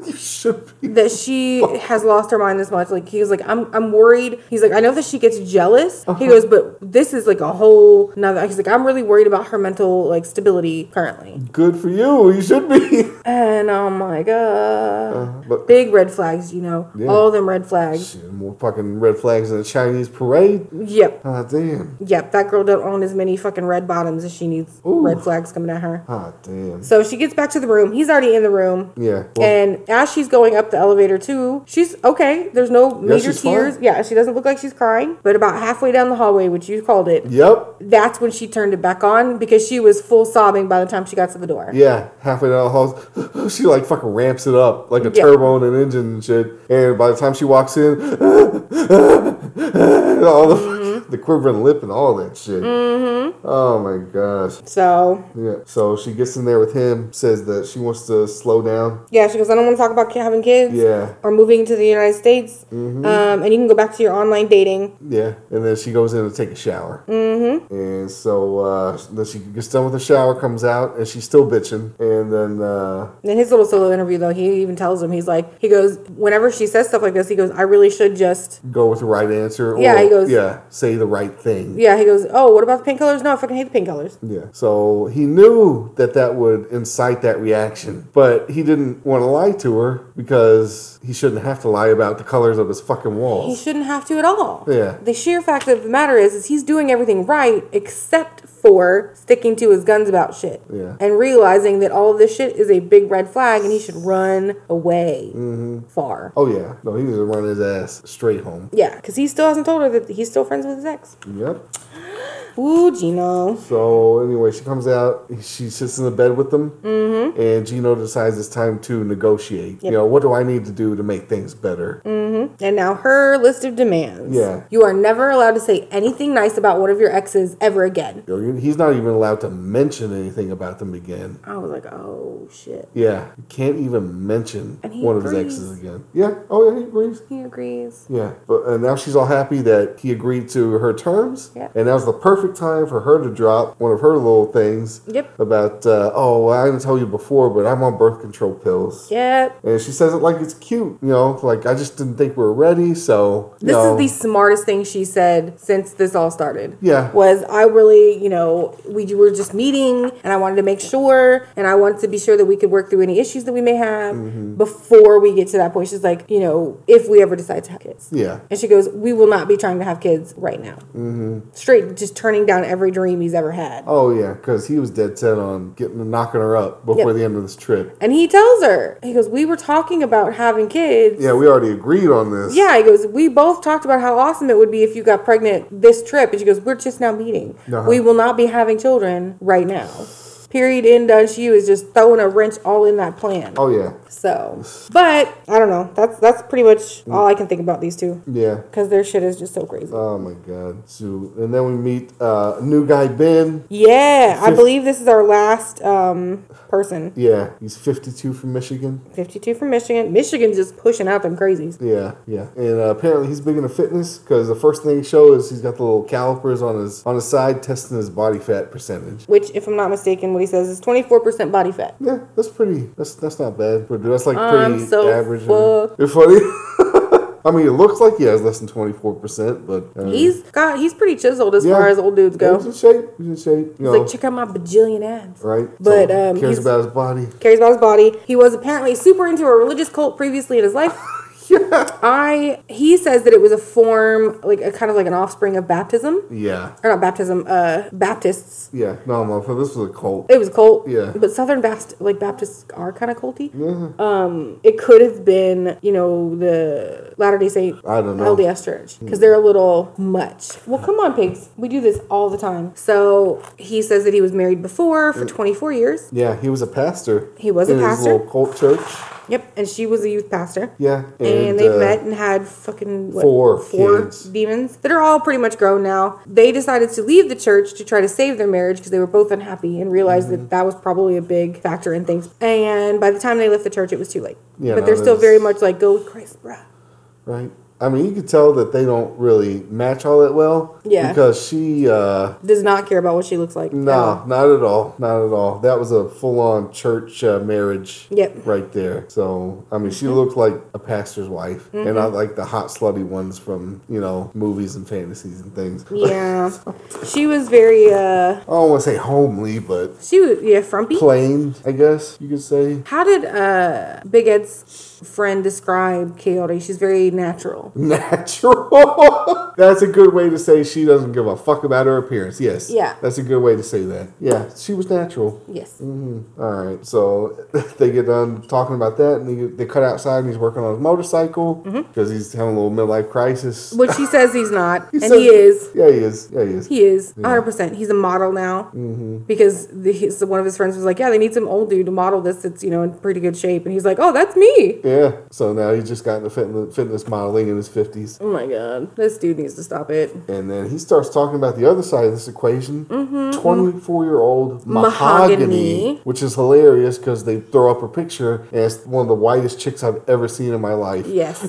you should be.
that she has lost her mind this much. Like he was like, I'm I'm worried. He's like, I know that she gets jealous. He goes, but this is like a whole nother he's like, I'm really worried about her mental like stability currently.
Good for you. You should be.
And oh my god.
but
Big red flags, you know.
Uh-huh. Yeah.
All them red flags.
shit, more fucking red flags in a Chinese parade.
Yep.
Ah damn.
Yep. That girl don't own as many fucking red bottoms as she needs red flags coming at her.
Ah damn.
So she gets back to the room. He's already in the room.
Yeah. well,
And as she's going up the elevator too, she's okay. There's no major
she's
tears.
fine.
Yeah, she doesn't look like she's crying. But about halfway down the hallway, which you called it,
yep.
that's when she turned it back on because she was full sobbing by the time she got to the door.
Yeah, halfway down the hall, she like fucking ramps it up like a
Yeah.
turbo and an engine and shit. And by the time she walks in, all the the quivering lip and all that shit. Oh my gosh.
So
Yeah. So she gets in there with him, says that she wants to slow down.
yeah, she goes, I don't want to talk about ki- having kids
Yeah. Mm-hmm.
or moving to the United States. Um, and you can go back to your online dating.
Yeah. And then she goes in to take a shower. Mm-hmm. And so uh, then she gets done with the shower, comes out, and she's still bitching. And then uh,
In his little solo interview, though, he even tells him, he's like, he goes, whenever she says stuff like this, he goes, I really should just
go with the right answer.
Yeah,
or,
he goes-
Yeah. Say the right thing.
yeah, he goes, oh, what about the pink colors? No, I fucking hate the pink colors.
Yeah. So he knew that that would incite that reaction, but he didn't want to lie to her because he shouldn't have to lie about the colors of his fucking
He
walls.
shouldn't have to at all.
Yeah.
The sheer fact of the matter is, is he's doing everything right except for sticking to his guns about shit.
Yeah.
And realizing that all of this shit is a big red flag and he should run away far.
Oh yeah, no, he was running his ass straight home.
Yeah, because he still hasn't told her that he's still friends with his ex.
Yep.
Ooh, Gino.
So anyway, she comes out. She sits in the bed with them, mm-hmm. and Gino decides it's time to negotiate. You
Yep. Mm.
know, what do I need to do to make things better?
And now her list of demands.
Yeah.
You are never allowed to say anything nice about one of your exes ever again.
You know, he's not even allowed to mention anything about them again.
I was like, oh shit.
Yeah, he can't even mention
And he
one of
agrees.
his exes again. Yeah. Oh yeah, he agrees.
He agrees.
Yeah, but and now she's all happy that he agreed to her terms,
Yeah.
and that was the perfect time for her to drop one of her little things
Yep.
about, uh, oh, well, I didn't tell you before, but I'm on birth control pills.
Yep.
And she says it like it's cute, you know, like I just didn't think we were ready, so you
This
know,
is the smartest thing she said since this all started.
Yeah.
Was I really, you know, we were just meeting and I wanted to make sure and I wanted to be sure that we could work through any issues that we may have
Mm-hmm.
before we get to that point. She's like, you know, if we ever decide to have kids.
yeah,
And she goes, We will not be trying to have kids right now. Mm-hmm. Straight, just turning down every dream he's ever had.
oh yeah, because he was dead set on getting knocking her up before
Yep.
the end of this trip.
And he tells her, He goes, We were talking about having kids.
Yeah, we already agreed on this.
Yeah, he goes, We both talked about how awesome it would be if you got pregnant this trip. And she goes, We're just now meeting.
Uh-huh.
We will not be having children right now. Period. End done. She was just throwing a wrench all in that plan.
Oh yeah,
So, but I don't know. That's that's pretty much
Mm.
all I can think about these two
yeah.
because their shit is just so crazy.
Oh my God, so and then we meet uh, new guy Ben.
yeah, I believe this is our last um, person.
Yeah, he's 52 from Michigan.
52 from Michigan. Michigan's just pushing out them crazies.
Yeah, yeah, and uh, apparently he's big into fitness because the first thing he shows is he's got the little calipers on his on his side testing his body fat percentage.
Which, if I'm not mistaken, what he says is 24% body fat.
Yeah, that's pretty. That's that's not bad, but that's like
I'm
pretty
so
average. and-
fucked.
You're funny. I mean, it looks like he has less than 24 percent, but uh,
He's got he's pretty chiseled as
yeah.
far as old dudes go.
He's in shape. He's in shape. You know,
He's like, check out my bajillion abs.
right?
But
So,
um,
cares
he's,
about his body.
cares about his body. He was apparently super into a religious cult previously in his life. I he says that it was a form like a kind of like an offspring of baptism
Yeah,
or not baptism uh Baptists.
yeah. No, my this was a cult.
It was a cult.
Yeah. Mm-hmm.
But Southern Baptist like Baptists are kind of culty. Um, it could have been you know the Latter Day Saint
I don't know.
LDS church because they're a little much. Well, come on, pigs. We do this all the time. So he says that he was married before
Mm.
for 24 years.
Yeah, he was a pastor.
He was a
in
pastor?
His little cult church.
Yep, and she was a youth pastor.
Yeah,
And, they
uh,
met and had fucking what,
four
four
kids.
demons that are all pretty much grown now. They decided to leave the church to try to save their marriage because they were both unhappy and realized
Mm-hmm.
that that was probably a big factor in things. And by the time they left the church, it was too late.
Yeah,
but
no,
they're still
that's-
very much like, go with Christ, bruh.
Right. I mean, you could tell that they don't really match all that well.
Yeah.
Because she, uh,
Does not care about what she looks like. at all.
nah, not at all. Not at all. That was a full on church uh, marriage.
Yep. Mm-hmm.
Right there. So, I mean, she looked like a pastor's wife and not like the hot, slutty ones from, you know, movies and fantasies and things.
Yeah. she was very uh
I don't want to say homely, but
she was yeah, frumpy.
plain, I guess you could say.
How did uh Big Ed's friend describe Coyote? She's very natural.
Natural. that's a good way to say she doesn't give a fuck about her appearance. Yes.
Yeah.
That's a good way to say that. Yeah. She was natural.
Yes.
Mm. Hmm. All right, so they get done talking about that, and they, they cut outside, and he's working on his motorcycle
Mm-hmm.
because he's having a little midlife crisis.
Which he says he's not. and
says-
he is.
Yeah, he is. Yeah, Mm-hmm. he is.
He is 100%. He's a model now because the, his, one of his friends was like, "Yeah, they need some old dude to model this that's you know in pretty good shape," and he's like, "Oh, that's me."
yeah. So now he's just got into fitness, fitness modeling in his fifties,
Oh my god, this dude needs to stop it.
and then he starts talking about the other side of this equation: 24 year old mahogany,
Mm-hmm. Mahogany.
which is hilarious because they throw up her picture, and it's one of the whitest chicks I've ever seen in my life.
Yes,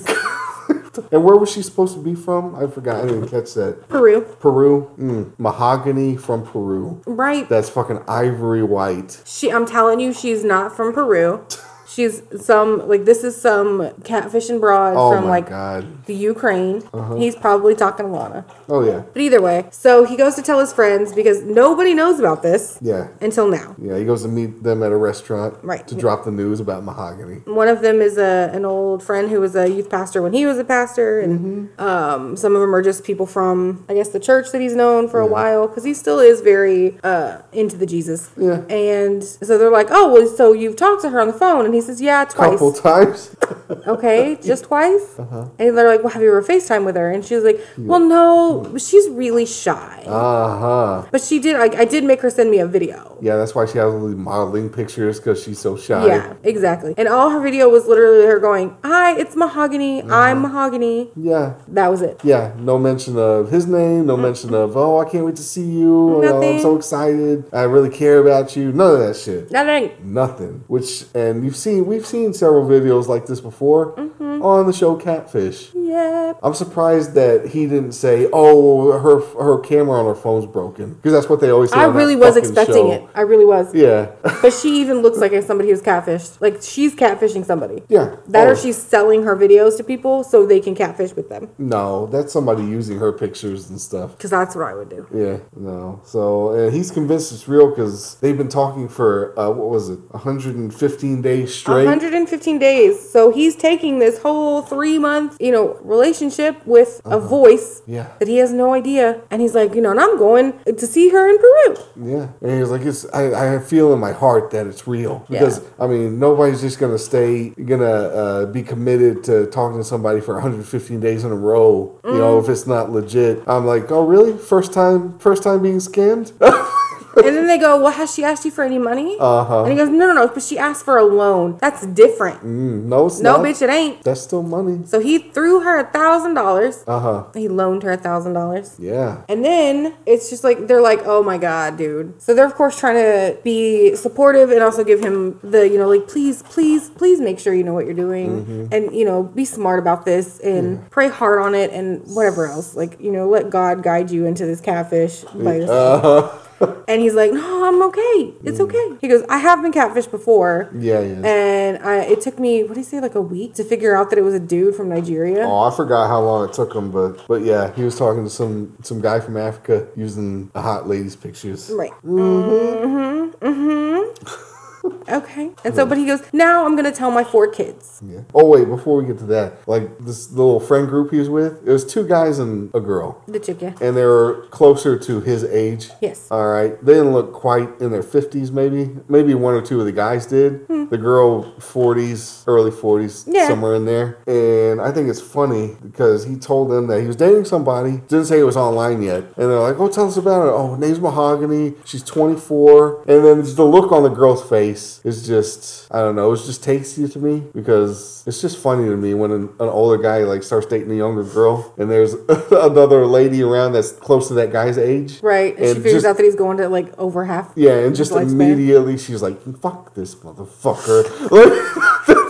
And where was she supposed to be from? I forgot. I didn't catch that.
Peru,
Peru, mm, mahogany from Peru.
right?
That's fucking ivory white.
She, I'm telling you, she's not from Peru. She's some like this is some catfishing broad
Oh
from
my
like
god. Uh-huh.
the Ukraine. He's probably talking to Lana.
Oh yeah.
But either way, so he goes to tell his friends because nobody knows about this
Yeah.
until now.
Yeah, he goes to meet them at a restaurant
Right.
to drop the news about mahogany.
One of them is a an old friend who was a youth pastor when he was a pastor, and
Mm-hmm.
um, some of them are just people from I guess the church that he's known for a while because he still is very uh, into the Jesus.
Yeah.
And so they're like, oh well, so you've talked to her on the phone, and he says, yeah, twice.
Couple Uh-huh. times.
Okay, just twice. And they're like, well, have you ever FaceTime with her? And she was like, well, no, she's really shy.
Uh huh.
But she did. I, I did make her send me a video.
Yeah, that's why she has all these modeling pictures because she's so shy.
Yeah, exactly. And all her video was literally her going, "Hi, it's Mahogany. I'm
Uh-huh.
Mahogany."
Yeah.
That was it.
Yeah, no mention of his name, no mention of, oh, I can't wait to see you. you know, I'm
Mm. Nothing.
so excited. I really care about you. None of that shit.
Nothing.
Nothing. Which, and you've seen, we've seen several videos like this before
Mm-hmm.
on the show Catfish.
Yep.
I'm surprised that he didn't say, oh, her her camera on her phone's broken. Because that's what they always say.
I
on that
really was
fucking
expecting
show.
it. I really was.
Yeah.
But she even looks like somebody who's catfished. Like she's catfishing somebody.
Yeah.
That or
Oh.
she's selling her videos to people so they can catfish with them.
no, that's somebody using her pictures and stuff.
Because that's what I would do.
Yeah, no. So and he's convinced it's real because they've been talking for uh, what was it, 115 days straight.
115 days. So he's taking this whole three month, you know, relationship with a voice
Uh-huh. Yeah.
that he has no idea. And he's like, you know, and I'm going to see her in Peru.
Yeah, and he's like, it's I, I feel in my heart that it's real
Yeah.
because I mean nobody's just gonna stay gonna uh, be committed to talking to somebody for 115 days in a row. You
Mm.
know, if it's not legit, I'm like, oh really? First time, first time being scammed?
and then they go, well, has she asked you for any money? Uh-huh. And he goes, no, no, no, but she asked for a loan. That's different.
Mm, no, it's
No,
not.
bitch, it ain't.
That's still money.
So he threw her a thousand dollars.
Uh huh.
He loaned her a thousand dollars.
Yeah.
And then it's just like they're like, oh my god, dude. So they're of course trying to be supportive and also give him the, you know, like please, please, please make sure you know what you're doing and you know be smart about this and pray hard on it and whatever else. Like you know, let God guide you into this catfish by yourself. and he's like, no, I'm okay. It's okay. He goes, I have been catfished before.
Yeah, yeah.
And I, it took me what do you say, like a week to figure out that it was a dude from Nigeria.
Oh, I forgot how long it took him, but but yeah, he was talking to some some guy from Africa using a hot lady's pictures.
Right. Mm-hmm. Mm-hmm. okay. And so, but he goes, now I'm gonna tell my four kids.
Yeah. Oh wait, before we get to that, like this little friend group he was with, it was two guys and a girl.
The chicken.
And they were closer to his age.
Yes.
All right. They didn't look quite in their 50s, maybe. Maybe one or two of the guys did. The girl, 40s, early 40s,
Yeah.
somewhere in there. And I think it's funny because he told them that he was dating somebody, didn't say it was online yet. And they're like, oh, tell us about it. Oh, her name's Mahogany. She's 24. And then just the look on the girl's face is just, I don't know, it just takes you to me because it's just funny to me when an, an older guy like starts dating a younger girl and there's another lady around that's close to that guy's age.
Right. And, she figures
just-
out that he's going to like over half.
yeah, and just
his lifespan.
immediately she's like, "Fuck this motherfucker!"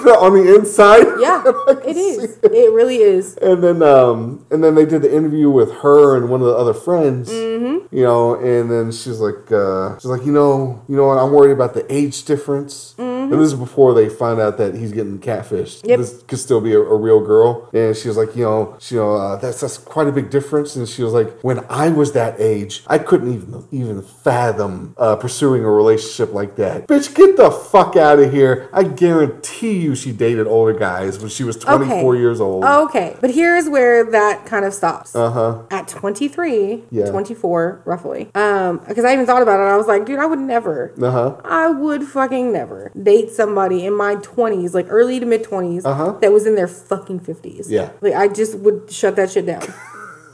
Like, on the inside.
Yeah. It is. It really is.
And then, um, and then they did the interview with her and one of the other friends. Mm-hmm. You know, and then she's like, uh, she's like, you know, you know what? I'm worried about the age difference. And this is before they find out that he's getting catfished.
Yep.
This could still be a, a real girl. And she was like, you know, she, you know, uh, that's that's quite a big difference. And she was like, when I was that age, I couldn't even even fathom uh, pursuing a relationship like that. Bitch, get the fuck out of here! I guarantee you, she dated older guys when she was 24 years old.
Okay. But here's where that kind of stops.
Uh huh.
At 23,
Yeah.
24, roughly. Um, because I even thought about it. I was like, dude, I would never.
Uh huh.
I would fucking never date somebody in my 20s, like early to mid 20s, that was in their fucking 50s.
Uh-huh. Yeah.
Like, I just would shut that shit down.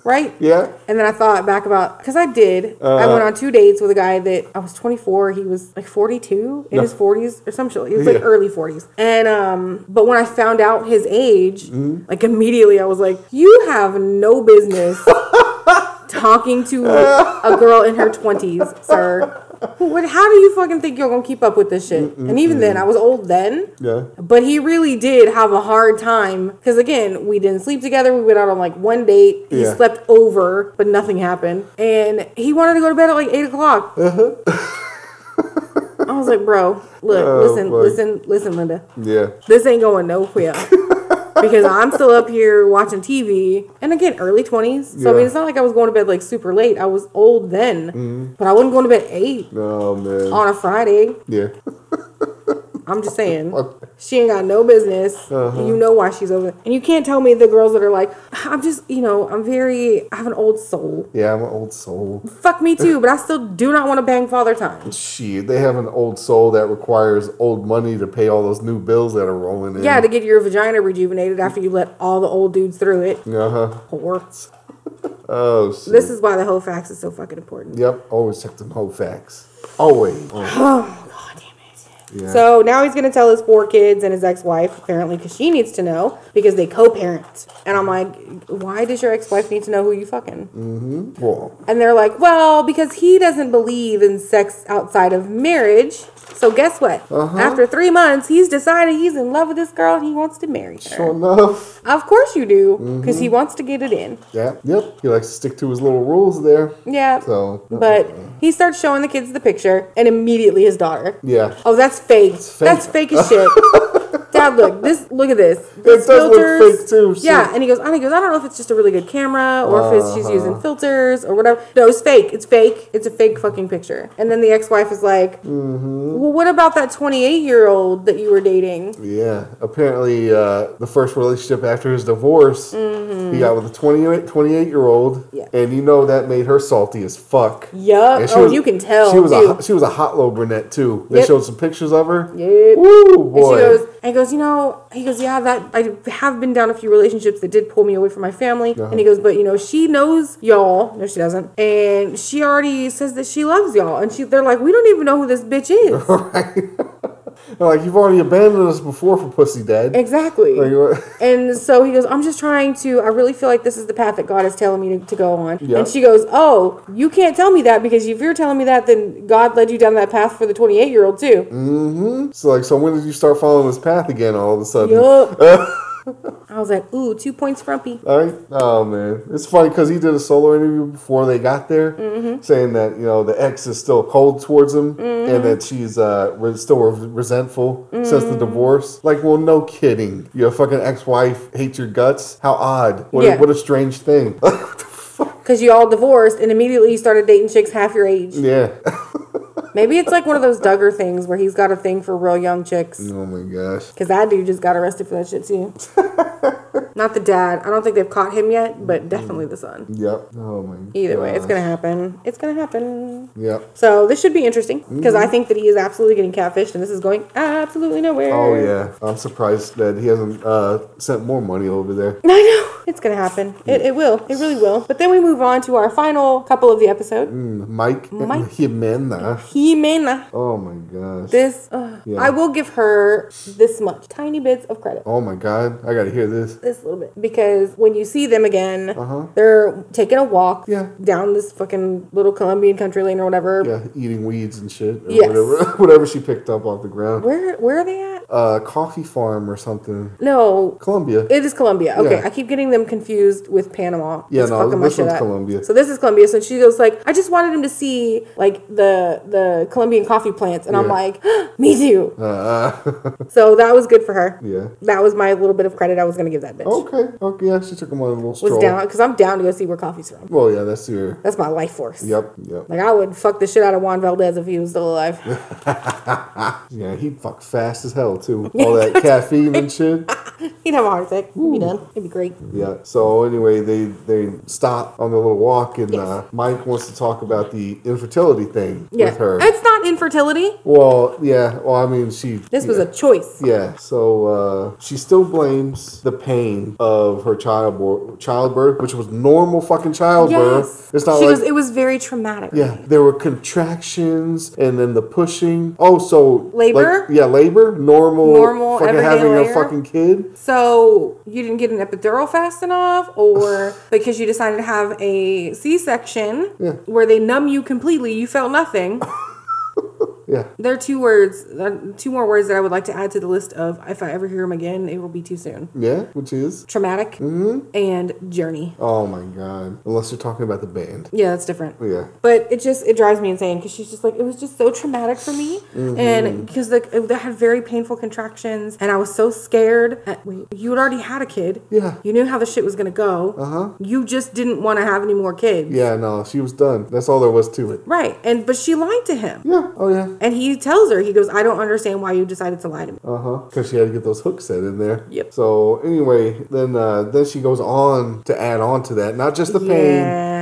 right?
Yeah.
And then I thought back about, because I did. I
Uh-huh.
went on two dates with a guy that I was 24. He was like 42 in
No.
his 40s or some shit. He was like
Yeah.
early 40s. And, um, but when I found out his age,
Mm-hmm.
like immediately I was like, you have no business talking to a girl in her 20s, sir. What, how do you fucking think you're gonna keep up with this shit? And even then, I was old then.
Yeah.
But he really did have a hard time because again, we didn't sleep together. We went out on like one date. He
Yeah.
slept over, but
Uh-huh.
nothing happened. And he wanted to go to bed at like eight o'clock. I was like, bro, look,
Oh,
listen,
boy.
listen, listen, Linda.
Yeah.
This ain't going nowhere. because I'm still up here watching TV. And again, early 20s. So, I
Yeah. Mm-hmm.
mean, it's not like I was going to bed like super late. I was old then. But I wasn't going to bed 8
Oh man.
on a Friday.
yeah.
I'm just saying. She ain't got no business. You know why she's over there. And you can't tell me the girls that are like, I'm just, you know, I'm very, I have an old soul.
Yeah, I'm an old soul.
Fuck me too, but I still do not want to bang father time.
Shit, they have an old soul that requires old money to pay all those new bills that are rolling in.
Yeah, to get your vagina rejuvenated after you let all the old dudes through it.
Uh huh.
Whore.
Oh shit.
This is why the whole facts is so fucking important.
Yep. Always check them whole facts. Always. Oh,
Oh, god damn it.
yeah.
So now he's gonna tell his four kids and his ex-wife apparently because she needs to know because they co-parent. And I'm like, why does your ex-wife need to know who you fucking?
Mm-hmm. Well,
And they're like, well, because he doesn't believe in sex outside of marriage. So guess what?
Uh-huh.
After three months, he's decided he's in love with this girl and he wants to marry her.
sure Mm-hmm. enough.
Of course you do, because he wants to get it in.
Yeah. Yep. He likes to stick to his little rules there.
Yeah.
So.
But he starts showing the kids the picture, and immediately his daughter.
Yeah.
Oh, that's fake. That's fake,
fake.
as shit. Dad, look this. Look at this. This
does look fake too, shit.
Yeah, and he goes. And he goes. I don't know if it's just a really good camera or if it's, she's using
Uh-huh.
filters or whatever. No, it's fake. It's fake. It's a fake fucking picture. And then the ex-wife is like,
Mm-hmm.
"Well, what about that 28-year-old that you were dating?"
Yeah. Apparently, uh, the first relationship after his divorce, he got with a 28, 28 year old.
Mm-hmm. Yeah.
And you know that made her salty as fuck.
Yup.
And she
Oh,
was-
you can tell.
She was
too.
a ho- she was a hot low brunette too. They
Yep.
showed some pictures of her.
Yep.
Woo
And she
boy.
goes, and he goes, you know, he goes, yeah, that I have been down a few relationships that did pull me away from my family. And he goes, but you know, she knows y'all. No, she doesn't. And she already says that she loves y'all. And she, they're like, we don't even know who this bitch is.
They're like you've already abandoned us before for pussy, dad.
exactly.
Like, what-
And so he goes, I'm just trying to, I really feel like this is the path that God is telling me to, to go on.
Yeah.
And she goes, Oh, you can't tell me that because if you're telling me that, then God led you down that path for the 28 year old too.
Mm. "Mm-hmm." so like, so when did you start following this path again? All of a sudden.
Yup. I was like, Ooh, two points frumpy.
All right. Oh man, it's funny because he did a solo interview before they got there,
Mm-hmm.
saying that you know the ex is still cold towards him and that she's uh re- still re- resentful since
Mm-hmm.
the divorce. Like, well, no kidding. Your fucking ex-wife hates your guts. How odd. What,
Yeah.
a, what a strange thing.
Because you all divorced and immediately you started dating chicks half your age.
yeah.
Maybe it's like one of those Duggar things where he's got a thing for real young chicks.
oh my gosh.
Because that dude just got arrested for that shit too. Not the dad. I don't think they've caught him yet, but definitely the son.
Yep. Oh my.
Either way, it's
gosh.
going to happen. It's going to happen.
Yep.
So this should be interesting because
Mm-hmm.
I think that he is absolutely getting catfished and this is going absolutely nowhere.
Oh yeah. I'm surprised that he hasn't uh sent more money over there.
I know. It's going to happen. It, it will. It really will. But then we move on to our final couple of the
Mm.
episode.
Hmm, Mike,
Mike.
Jimena.
Jimena.
Oh my gosh.
This, ugh.
Yeah.
I will give her this much tiny bits of credit.
Oh my god, I gotta hear this.
This little bit because when you see them again, they're taking a walk
Uh-huh. Yeah.
down this fucking little Colombian country lane or whatever.
Yeah, eating weeds and shit, or
Yes.
whatever, whatever she picked up off the ground.
Where where are they at?
Uh, coffee farm or something,
No,
Colombia.
it is Colombia. Okay,
Yeah.
I keep getting them confused with Panama.
Yeah,
It's
no,
fucking my
this
shit
one's
up.
Colombia.
So this is Colombia. So she goes like, I just wanted him to see like the the Colombian coffee plants, and I'm
Yeah.
like, me too.
Uh,
So that was good for her.
Yeah.
that was my little bit of credit I was gonna give that bitch.
okay, okay, yeah, she took him on a little stroll.
was down because I'm down to go see where coffee's from.
Well, yeah, that's your.
That's my life force.
Yep, yep.
Like I would fuck the shit out of Juan Valdez if he was still alive.
Yeah, he fucked fast as hell too. All that caffeine and shit.
He'd have a heart attack. He'd be done. It'd be great.
Yeah. So anyway, they they stop on the little walk, and
Yes.
uh, Mike wants to talk about the infertility thing
Yeah.
with her.
It's not infertility.
well, yeah. Well, I mean, she.
This was
yeah.
a choice.
Yeah, so uh, she still blames the pain of her childbirth, childbirth, which was normal fucking childbirth.
Yes.
It's not
she
like
goes, it was very traumatic.
yeah, there were contractions and then the pushing. Oh, so like,
Labor?
yeah, labor, normal,
Normal,
fucking
everyday
having
labor?
a fucking kid.
So you didn't get an epidural fast enough, or because you decided to have a C section
Yeah.
where they numb you completely, you felt nothing.
Yeah.
There are two words, uh, two more words that I would like to add to the list of if I ever hear them again, it will be too soon.
Yeah, which is.
Traumatic
Mm-hmm.
and journey.
Oh my god. Unless you're talking about the band.
Yeah, that's different.
Yeah.
But it just it drives me insane because she's just like it was just so traumatic for me,
Mm-hmm.
and because like it- I had very painful contractions, and I was so scared. Uh, Wait, you had already had a kid.
Yeah. Uh-huh.
You knew how the shit was gonna go. Uh huh. You just didn't want to have any more kids.
Yeah, no, she was done. That's all there was to it.
Right. And but she lied to him,
Yeah. Oh yeah.
and he tells her he goes, "I don't understand why you decided to lie to me."
Uh huh. Because she had to get those hooks set in there.
Uh-huh. Yep.
So anyway, then uh, then she goes on to add on to that, not just the
Yeah.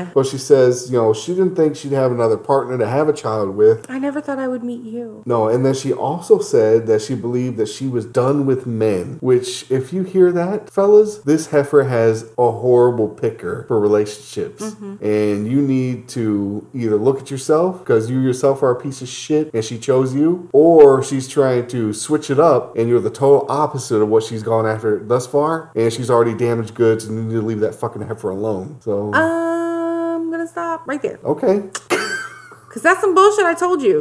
pain, but she says, you know, she didn't think she'd have another partner to have a child with.
I never thought I would meet you.
No, and then she also said that she believed that she was done with men. Which, if you hear that, fellas, this heifer has a horrible picker for relationships. And you need to either look at yourself because you yourself are a piece of shit and she chose you, or she's trying to switch it up and you're the total opposite of what she's gone after thus far. And she's already damaged goods and you need to leave that fucking heifer alone. So,
Uh, I'm gonna stop right there.
okay.
Cause that's some bullshit I told you.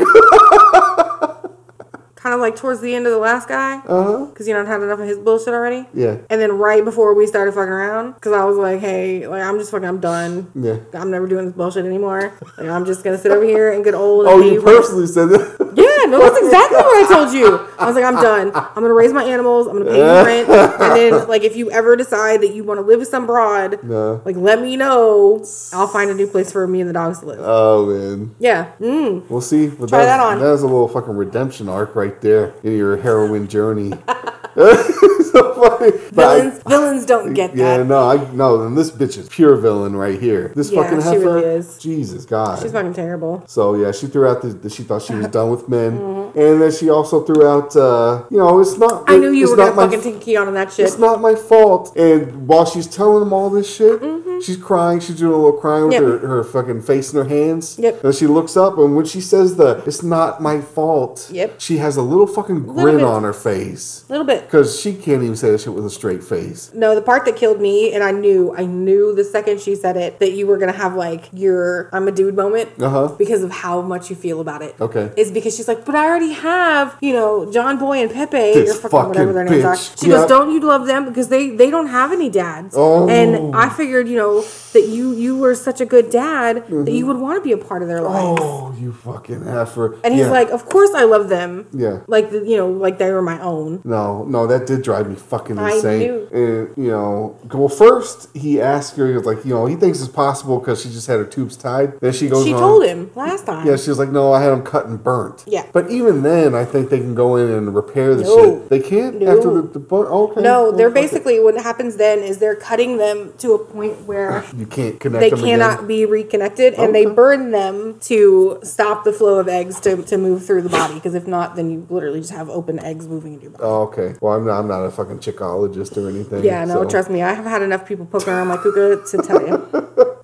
kind of like towards the end of the last guy. Uh huh. Cause you don't have enough of his bullshit already.
Yeah.
And then right before we started fucking around, cause I was like, hey, like I'm just fucking, I'm done.
Yeah.
I'm never doing this bullshit anymore. Like I'm just gonna sit over here and get old. And
Oh,
be
you personally said that?
yeah, no, that's exactly what I told you. I was like, I'm done. I'm gonna raise my animals. I'm gonna pay you rent. And then, like, if you ever decide that you want to live with some broad,
No.
like, let me know. I'll find a new place for me and the dogs to live.
Oh, man.
yeah. Mm.
We'll see. But
Try
that's,
that on.
That's a little fucking redemption arc right there in your heroin journey. so funny. But I-
Villains, villains don't get
yeah,
that.
no, I no. Then this bitch is pure villain right here. This
Yeah,
fucking
she
heifer.
really is.
Jesus God.
She's fucking terrible.
so yeah, she threw out the, the she thought she was done with men, and then she also threw out. uh You know, it's not.
Mm-hmm. I knew you
it's
were
not
gonna
my
fucking take Keon on that shit.
it's not my fault. And while she's telling him all this shit, she's crying. She's doing a little crying with
Mm-hmm. Yep.
her, her fucking face in her hands.
Yep.
And she looks up, and when she says the "It's not my fault,"
Yep.
she has a little fucking
Little
grin
bit.
on her face
A little bit.
because she can't even say that shit with a straight face.
No, the part that killed me, and I knew, I knew the second she said it that you were gonna have like your "I'm a dude" moment
Uh-huh.
because of how much you feel about it.
Okay.
is because she's like, but I already have, you know, John Boy and Pepe,
This
or fucking whatever their
fucking
names are.
bitch.
She
Yeah.
goes, don't you love them because they they don't have any dads.
Oh.
and I figured, you know, that you you were such a good dad
Mm-hmm.
that you would want to be a part of their life.
Oh, you fucking heifer!
And he's
Yeah.
like, "Of course I love them.
Yeah.
like the, you know, like they were my own."
No, no, that did drive me fucking
I
insane. And you know, well, first he asked her, he was like, you know, he thinks it's possible because she just had her tubes tied. Then she goes,
She
on-
told him last time.
Yeah, she was like, no, I had them cut and burnt.
Yeah.
But even then, I think they can go in and repair the
No.
shit. They can't
No.
after the, the burn. Okay.
No,
well,
they're
fuck it.
basically what happens then is they're cutting them to a point where
You can't connect
they
them
cannot
again.
be reconnected, and they
Okay.
burn them to stop the flow of eggs to, to move through the body. Because if not, then you literally just have open eggs moving in your body.
Oh, okay. Well, I'm not. I'm not a fucking chickologist or anything.
yeah, no,
so-
trust me, I have had enough people poking around my kuka to tell you.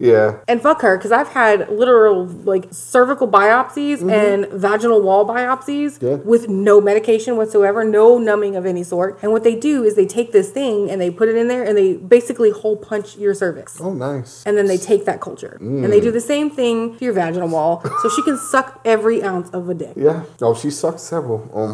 Yeah.
And fuck her, because I've had literal like cervical biopsies and vaginal wall biopsies
Mm-hmm. Yeah.
with no medication whatsoever, no numbing of any sort. And what they do is they take this thing and they put it in there and they basically hole punch your cervix.
Oh, Mm. nice.
and then they take that culture and they do the same thing to your vaginal wall so she can suck every ounce of a dick
Yeah. Oh, she sucked several. Um,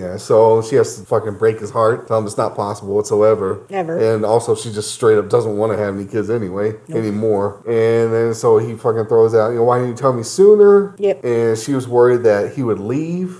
Yeah. So she has to fucking break his heart. Tell him it's not possible whatsoever.
Ever.
And also, she just straight up doesn't want to have any kids anyway anymore. And then so he fucking throws out. You know, why didn't you tell me sooner?
Yep.
And she was worried that he would leave.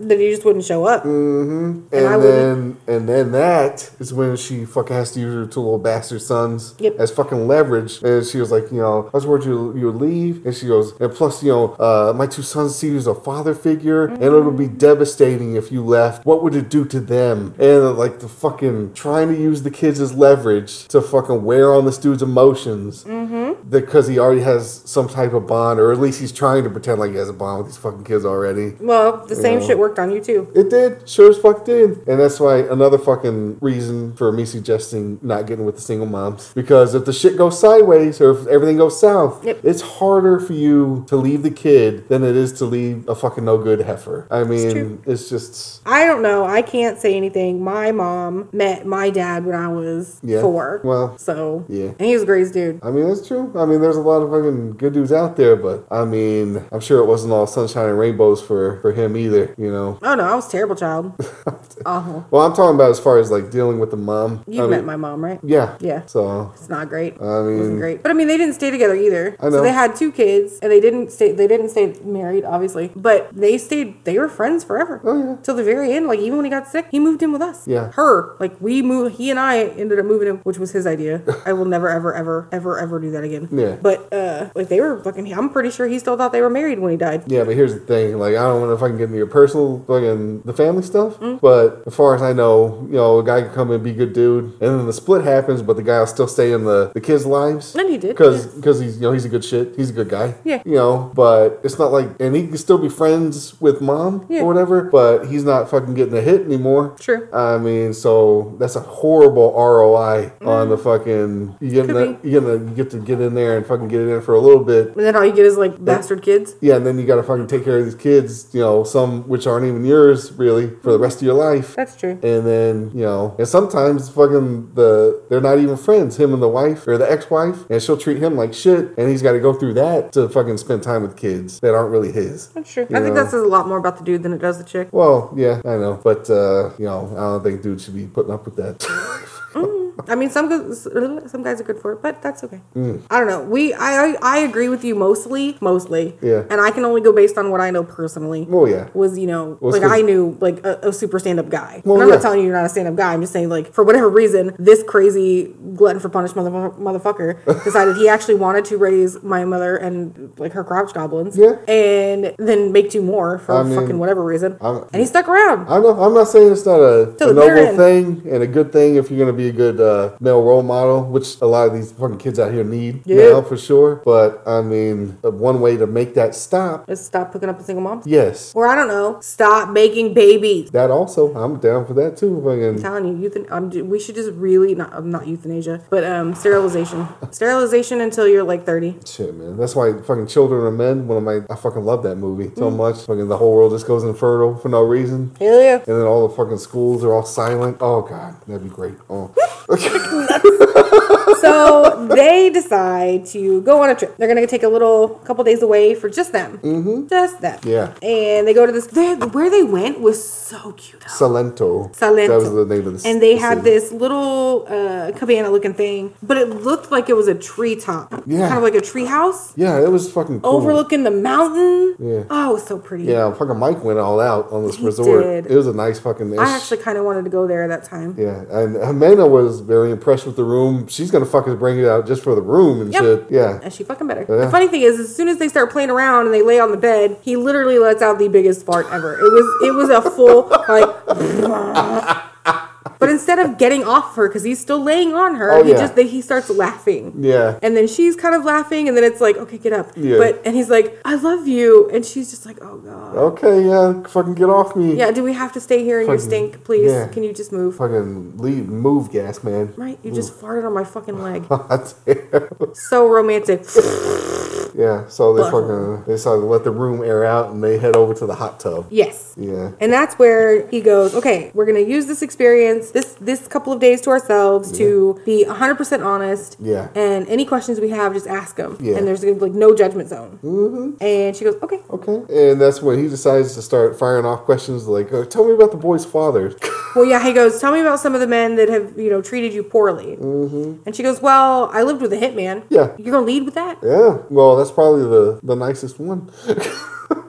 that you just wouldn't show up
Mm. And,
I
then
wouldn't-
and then that is when she fucking has to use her two little bastard sons
Yep.
as fucking leverage. And she was like, you know, I was worried you you would leave. And she goes, and plus, you know, uh, my two sons see you as a father figure, and it would be devastating if you left. What would it do to them? And uh, like the fucking trying to use the kids as leverage to fucking wear on this dude's emotions
Mm-hmm.
because he already has some type of bond, or at least he's trying to pretend like he has a bond with these fucking kids already.
well the same
Yeah.
shit worked on you too
It did. Sure as fuck did. And that's why another fucking reason for me suggesting not getting with the single moms. Because if the shit goes sideways or if everything goes south,
Yep.
it's harder for you to leave the kid than it is to leave a fucking no good heifer. I mean,
true.
it's, just.
i don't know i can't say anything my mom met my dad when i was
Yeah.
four
Well,
so
yeah.
and he was a greatest dude
I mean, that's true. I mean, there's a lot of fucking good dudes out there, but I mean, I'm sure it wasn't all sunshine and rainbows for for him either. You know.
Oh no, I was a terrible child. Awful.
Well, I'm talking about as far as like dealing with the mom.
You
I
have met
mean,
my mom, right?
Yeah.
Yeah.
So
It's not great.
I
it
mean-
wasn't great. But I mean, they didn't stay together either.
Mm. I know.
So they had two kids, and they didn't stay. They didn't stay married, obviously. But they stayed. They were friends forever.
Oh, yeah.
Till the very end. Like even when he got sick, he moved in with us.
Yeah.
Her. Like we moved. He and I ended up moving in, which was his idea. I will never, ever, ever, ever, ever do that again.
Yeah.
But uh, like they were fucking. I'm pretty sure he still thought they were married when he died.
Yeah, but here's the thing. Like, I don't want to fucking get into your personal fucking the family stuff.
Mm.
But as far as I know, you know, a guy can come and be a good dude, and then the split happens, but the guy will still stay in the the kids' lives.
And he did,
because
yeah.
he's you know he's a good shit. He's a good guy.
Yeah.
You know, but it's not like and he can still be friends with mom
Yeah.
or whatever. But he's not fucking getting a hit anymore.
True.
I mean, so that's a horrible ROI on the fucking you get
Mm.
in
Could
the,
be.
you get in the, you get to get in there and fucking get it in for a little bit.
And then all you get is like bastard kids.
Yeah, and then you got to fucking take care of these kids, you know, some which aren't even yours really for the rest of your life.
That's true.
And then, you know, and sometimes fucking the they're not even friends, him and the wife or the ex-wife, and she'll treat him like shit, and he's got to go through that to fucking spend time with kids that aren't really his.
That's true.
You
I think
know?
that says a lot more about the dude than it does the chick.
Well, yeah, I know, but uh, you know, I don't think dudes should be putting up with that.
I mean, some guys, some guys are good for it, but that's okay.
Mm.
I don't know. We, I, I, I agree with you mostly, mostly.
Yeah.
And I can only go based on what I know personally.
well, yeah.
Was you know
Well, it's
like
'cause-
I knew like a, a super stand up guy.
Well,
and I'm
yeah.
not telling you you're not a stand up guy. I'm just saying like for whatever reason this crazy glutton for punishment mother, motherfucker decided he actually wanted to raise my mother and like her crotch goblins.
Yeah.
And then make two more for
I mean,
fucking whatever reason.
I'm-
and he stuck around.
I know, I'm not saying it's not a,
To
a
the bitter
noble
end.
thing and a good thing if you're going to be a good uh, male role model, which a lot of these fucking kids out here need
Yeah.
now for sure. But I mean, uh, one way to make that stop,
Just stop picking up a single mom.
yes,
Or I don't know. Stop making babies.
that also, I'm down for that too. Fucking,
telling you, euthan- um, d- we should just really not um, not euthanasia, but um, sterilization. sterilization until you're like 30.
shit, man. That's why fucking Children Are Men, one of my, I fucking love that movie so
Mm.
much. Fucking the whole world just goes infertile for no reason.
Hell yeah.
And then all the fucking schools are all silent. Oh, God, that'd be great. Oh.
so they decide to go on a trip. They're gonna take a little couple days away for just them, mm-hmm. just them.
Yeah.
And they go to this. They, where they went was so cute.
Salento.
Salento.
That was the name of the
And they
the
had
city.
this little uh, cabana looking thing, but it looked like it was a treetop.
Yeah.
Kind of like a tree house
Yeah, it was fucking cool.
overlooking the mountain.
Yeah.
Oh, it was so pretty.
Yeah, fucking Mike went all out on this
He
resort.
did.
It was a nice fucking.
I actually kind of wanted to go there at that time.
Yeah, and Jimena was very impressed with the room. She's gonna fucking bring it out just for the room and
Yep.
shit. Yeah.
And she fucking better.
Yeah.
The funny thing is, as soon as they start playing around and they lay on the bed, he literally lets out the biggest fart ever. It was it was a full like. But instead of getting off her because he's still laying on her,
Oh,
he
yeah.
just he starts laughing.
Yeah.
And then she's kind of laughing, and then it's like, okay, get up.
Yeah.
But and he's like, I love you, and she's just like, oh god.
Okay, yeah, fucking get off me.
Yeah. Do we have to stay here in your
Fucking-
stink, please?
yeah.
Can you just move?
Fucking leave, move, gas man.
Right. You just farted on my fucking leg.
God damn.
so romantic.
yeah. So they
Butthole.
fucking they decided to let the room air out and they head over to the hot tub.
yes.
Yeah.
And that's where he goes, okay, we're going to use this experience, this this couple of days to ourselves to be 100% honest.
Yeah.
And any questions we have, just ask him.
Yeah. Mm-hmm.
And there's like no judgment zone. And she goes, okay.
Okay. And that's when he decides to start firing off questions like, oh, "Tell me about the boy's father."
Well, yeah, he goes, tell me about some of the men that have, you know, treated you poorly. Mm-hmm. And she goes, well, I lived with a hitman.
Yeah.
You're going to lead with that?
yeah. Well, that's probably the the nicest one.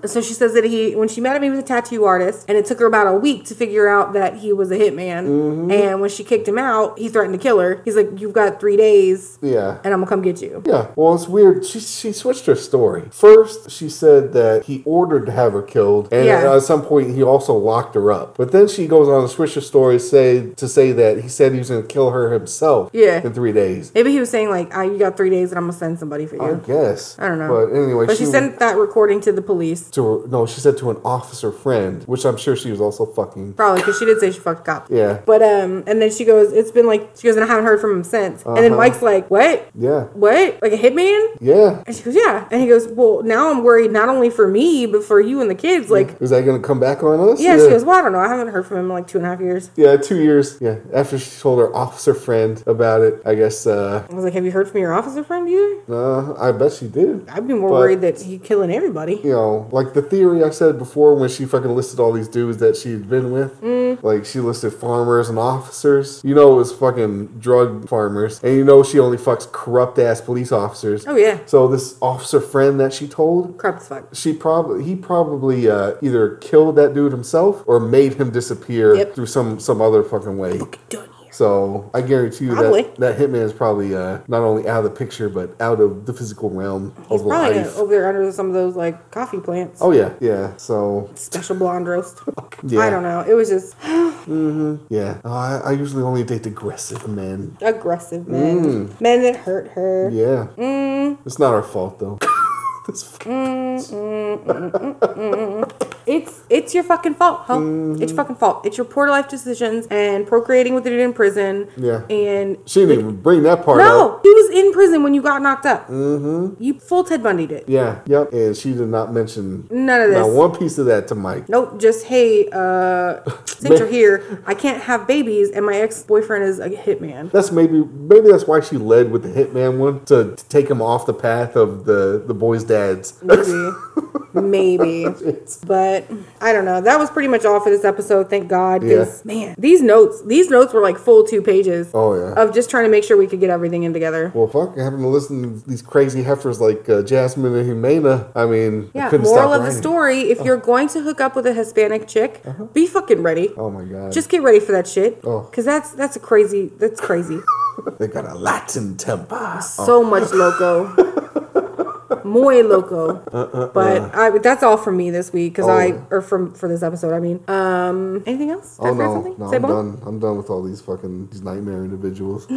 So she says that he, when she met him, he was a tattoo artist, and it took her about a week to figure out that he was a hitman.
Mm-hmm.
And when she kicked him out, he threatened to kill her. He's like, "You've got three days,
Yeah.
and I'm gonna come get you."
Yeah, well, it's weird. She she switched her story. First, she said that he ordered to have her killed, and
Yeah.
at some point, he also locked her up. But then she goes on to switch her story, say to say that he said he was going to kill her himself.
Yeah.
in three days.
Maybe he was saying like, "Ah, "I, you got three days, and I'm gonna send somebody for
I
you."
guess.
I don't know.
Oh. But anyway,
But she, sent that recording to the police.
to her, no, she said to an officer friend, which I'm sure she was also fucking.
Probably because she did say she fucked cops.
Yeah.
But um, and then she goes, it's been like she goes, and I haven't heard from him since. And then
Uh-huh.
Mike's like, what?
Yeah.
What? Like a hitman?
Yeah.
And she goes, yeah. And he goes, well, now I'm worried not only for me but for you and the kids. Like,
Is that going to come back on us?
yeah. She goes, well, I don't know. I haven't heard from him in like two and a half years.
Yeah, two years. Yeah, after she told her officer friend about it, I guess. uh
I was like, have you heard from your officer friend either?
uh, I bet she did.
I'd be more
But-
worried that he's killing everybody.
You know, like the theory I said before when she fucking listed all these dudes that she'd been with.
Mm.
Like she listed farmers and officers. You know, it was fucking drug farmers, and you know she only fucks corrupt ass police officers.
Oh yeah,
So this officer friend that she told.
crap as fuck.
She probably he probably uh, either killed that dude himself or made him disappear
Yep.
through some some other fucking way.
Done here.
So I guarantee you
Probably.
that that hitman is probably uh, not only out of the picture but out of the physical realm
He's
of
probably oh.
life.
over there under some of those like coffee plants.
Oh yeah, yeah. So
Special blonde roast.
Yeah.
I don't know. It was just
yeah, Oh, I, I usually only date aggressive men.
aggressive men, men that hurt her.
Mm. Yeah,
Mm.
it's not our fault though. This fucking-
It's it's your fucking fault, huh?
Mm-hmm.
It's your fucking fault. It's your poor life decisions and procreating with the dude in prison.
Yeah.
And
She didn't even bring that part
no,
up.
he was in prison when you got knocked up. Mm-hmm. You full Ted Bundy did.
Yeah, yep. And she did not mention
None of
not
this.
one piece of that to Mike.
Nope, just hey, uh, since you're here, I can't have babies, and my ex boyfriend is a hitman.
That's maybe maybe that's why she led with the hitman one to, to take him off the path of the the boys' dads.
Maybe. Maybe. But I don't know. That was pretty much all for this episode, thank God. 'cause, Man, these notes, these notes were like full two pages
Oh, yeah.
of just trying to make sure we could get everything in together.
Well, fuck, having to listen to these crazy heifers like uh, Jasmine and Humana, I mean, I
Yeah,
couldn't
moral
stop Oh.
of the
writing.
story, if you're going to hook up with a Hispanic chick, be fucking ready.
Uh-huh. Oh my god.
Just get ready for that shit.
Oh.
Cause that's that's a crazy that's crazy.
they got a Latin temper.
so much loco. Muy loco. But I, but that's all from me this week because
Uh, Oh.
I or from for this episode. I mean, um, anything else? Did I
Oh
forget
no,
something?
no,
Say
I'm
bye.
done. I'm done with all these fucking these nightmare individuals.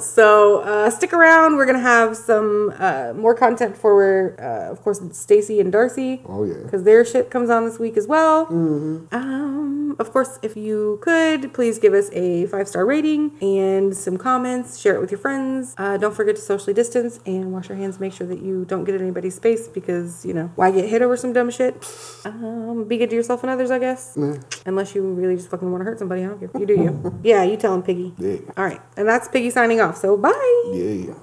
So uh, stick around. We're gonna have some uh, more content for, uh, of course, Stacy and Darcy.
Oh, yeah. Mm-hmm.
because their shit comes on this week as well. Um, of course, if you could, please give us a five star rating and some comments. Share it with your friends. Uh, don't forget to socially distance and wash your hands. Make sure that you don't get in anybody's space because you know why get hit over some dumb shit. Um, be good to yourself and others, I guess. Unless you really just fucking want to hurt somebody. I don't care. You do you. yeah, you tell him, Piggy.
Yeah.
All right, and that's Piggy signing off. So bye.
yeah.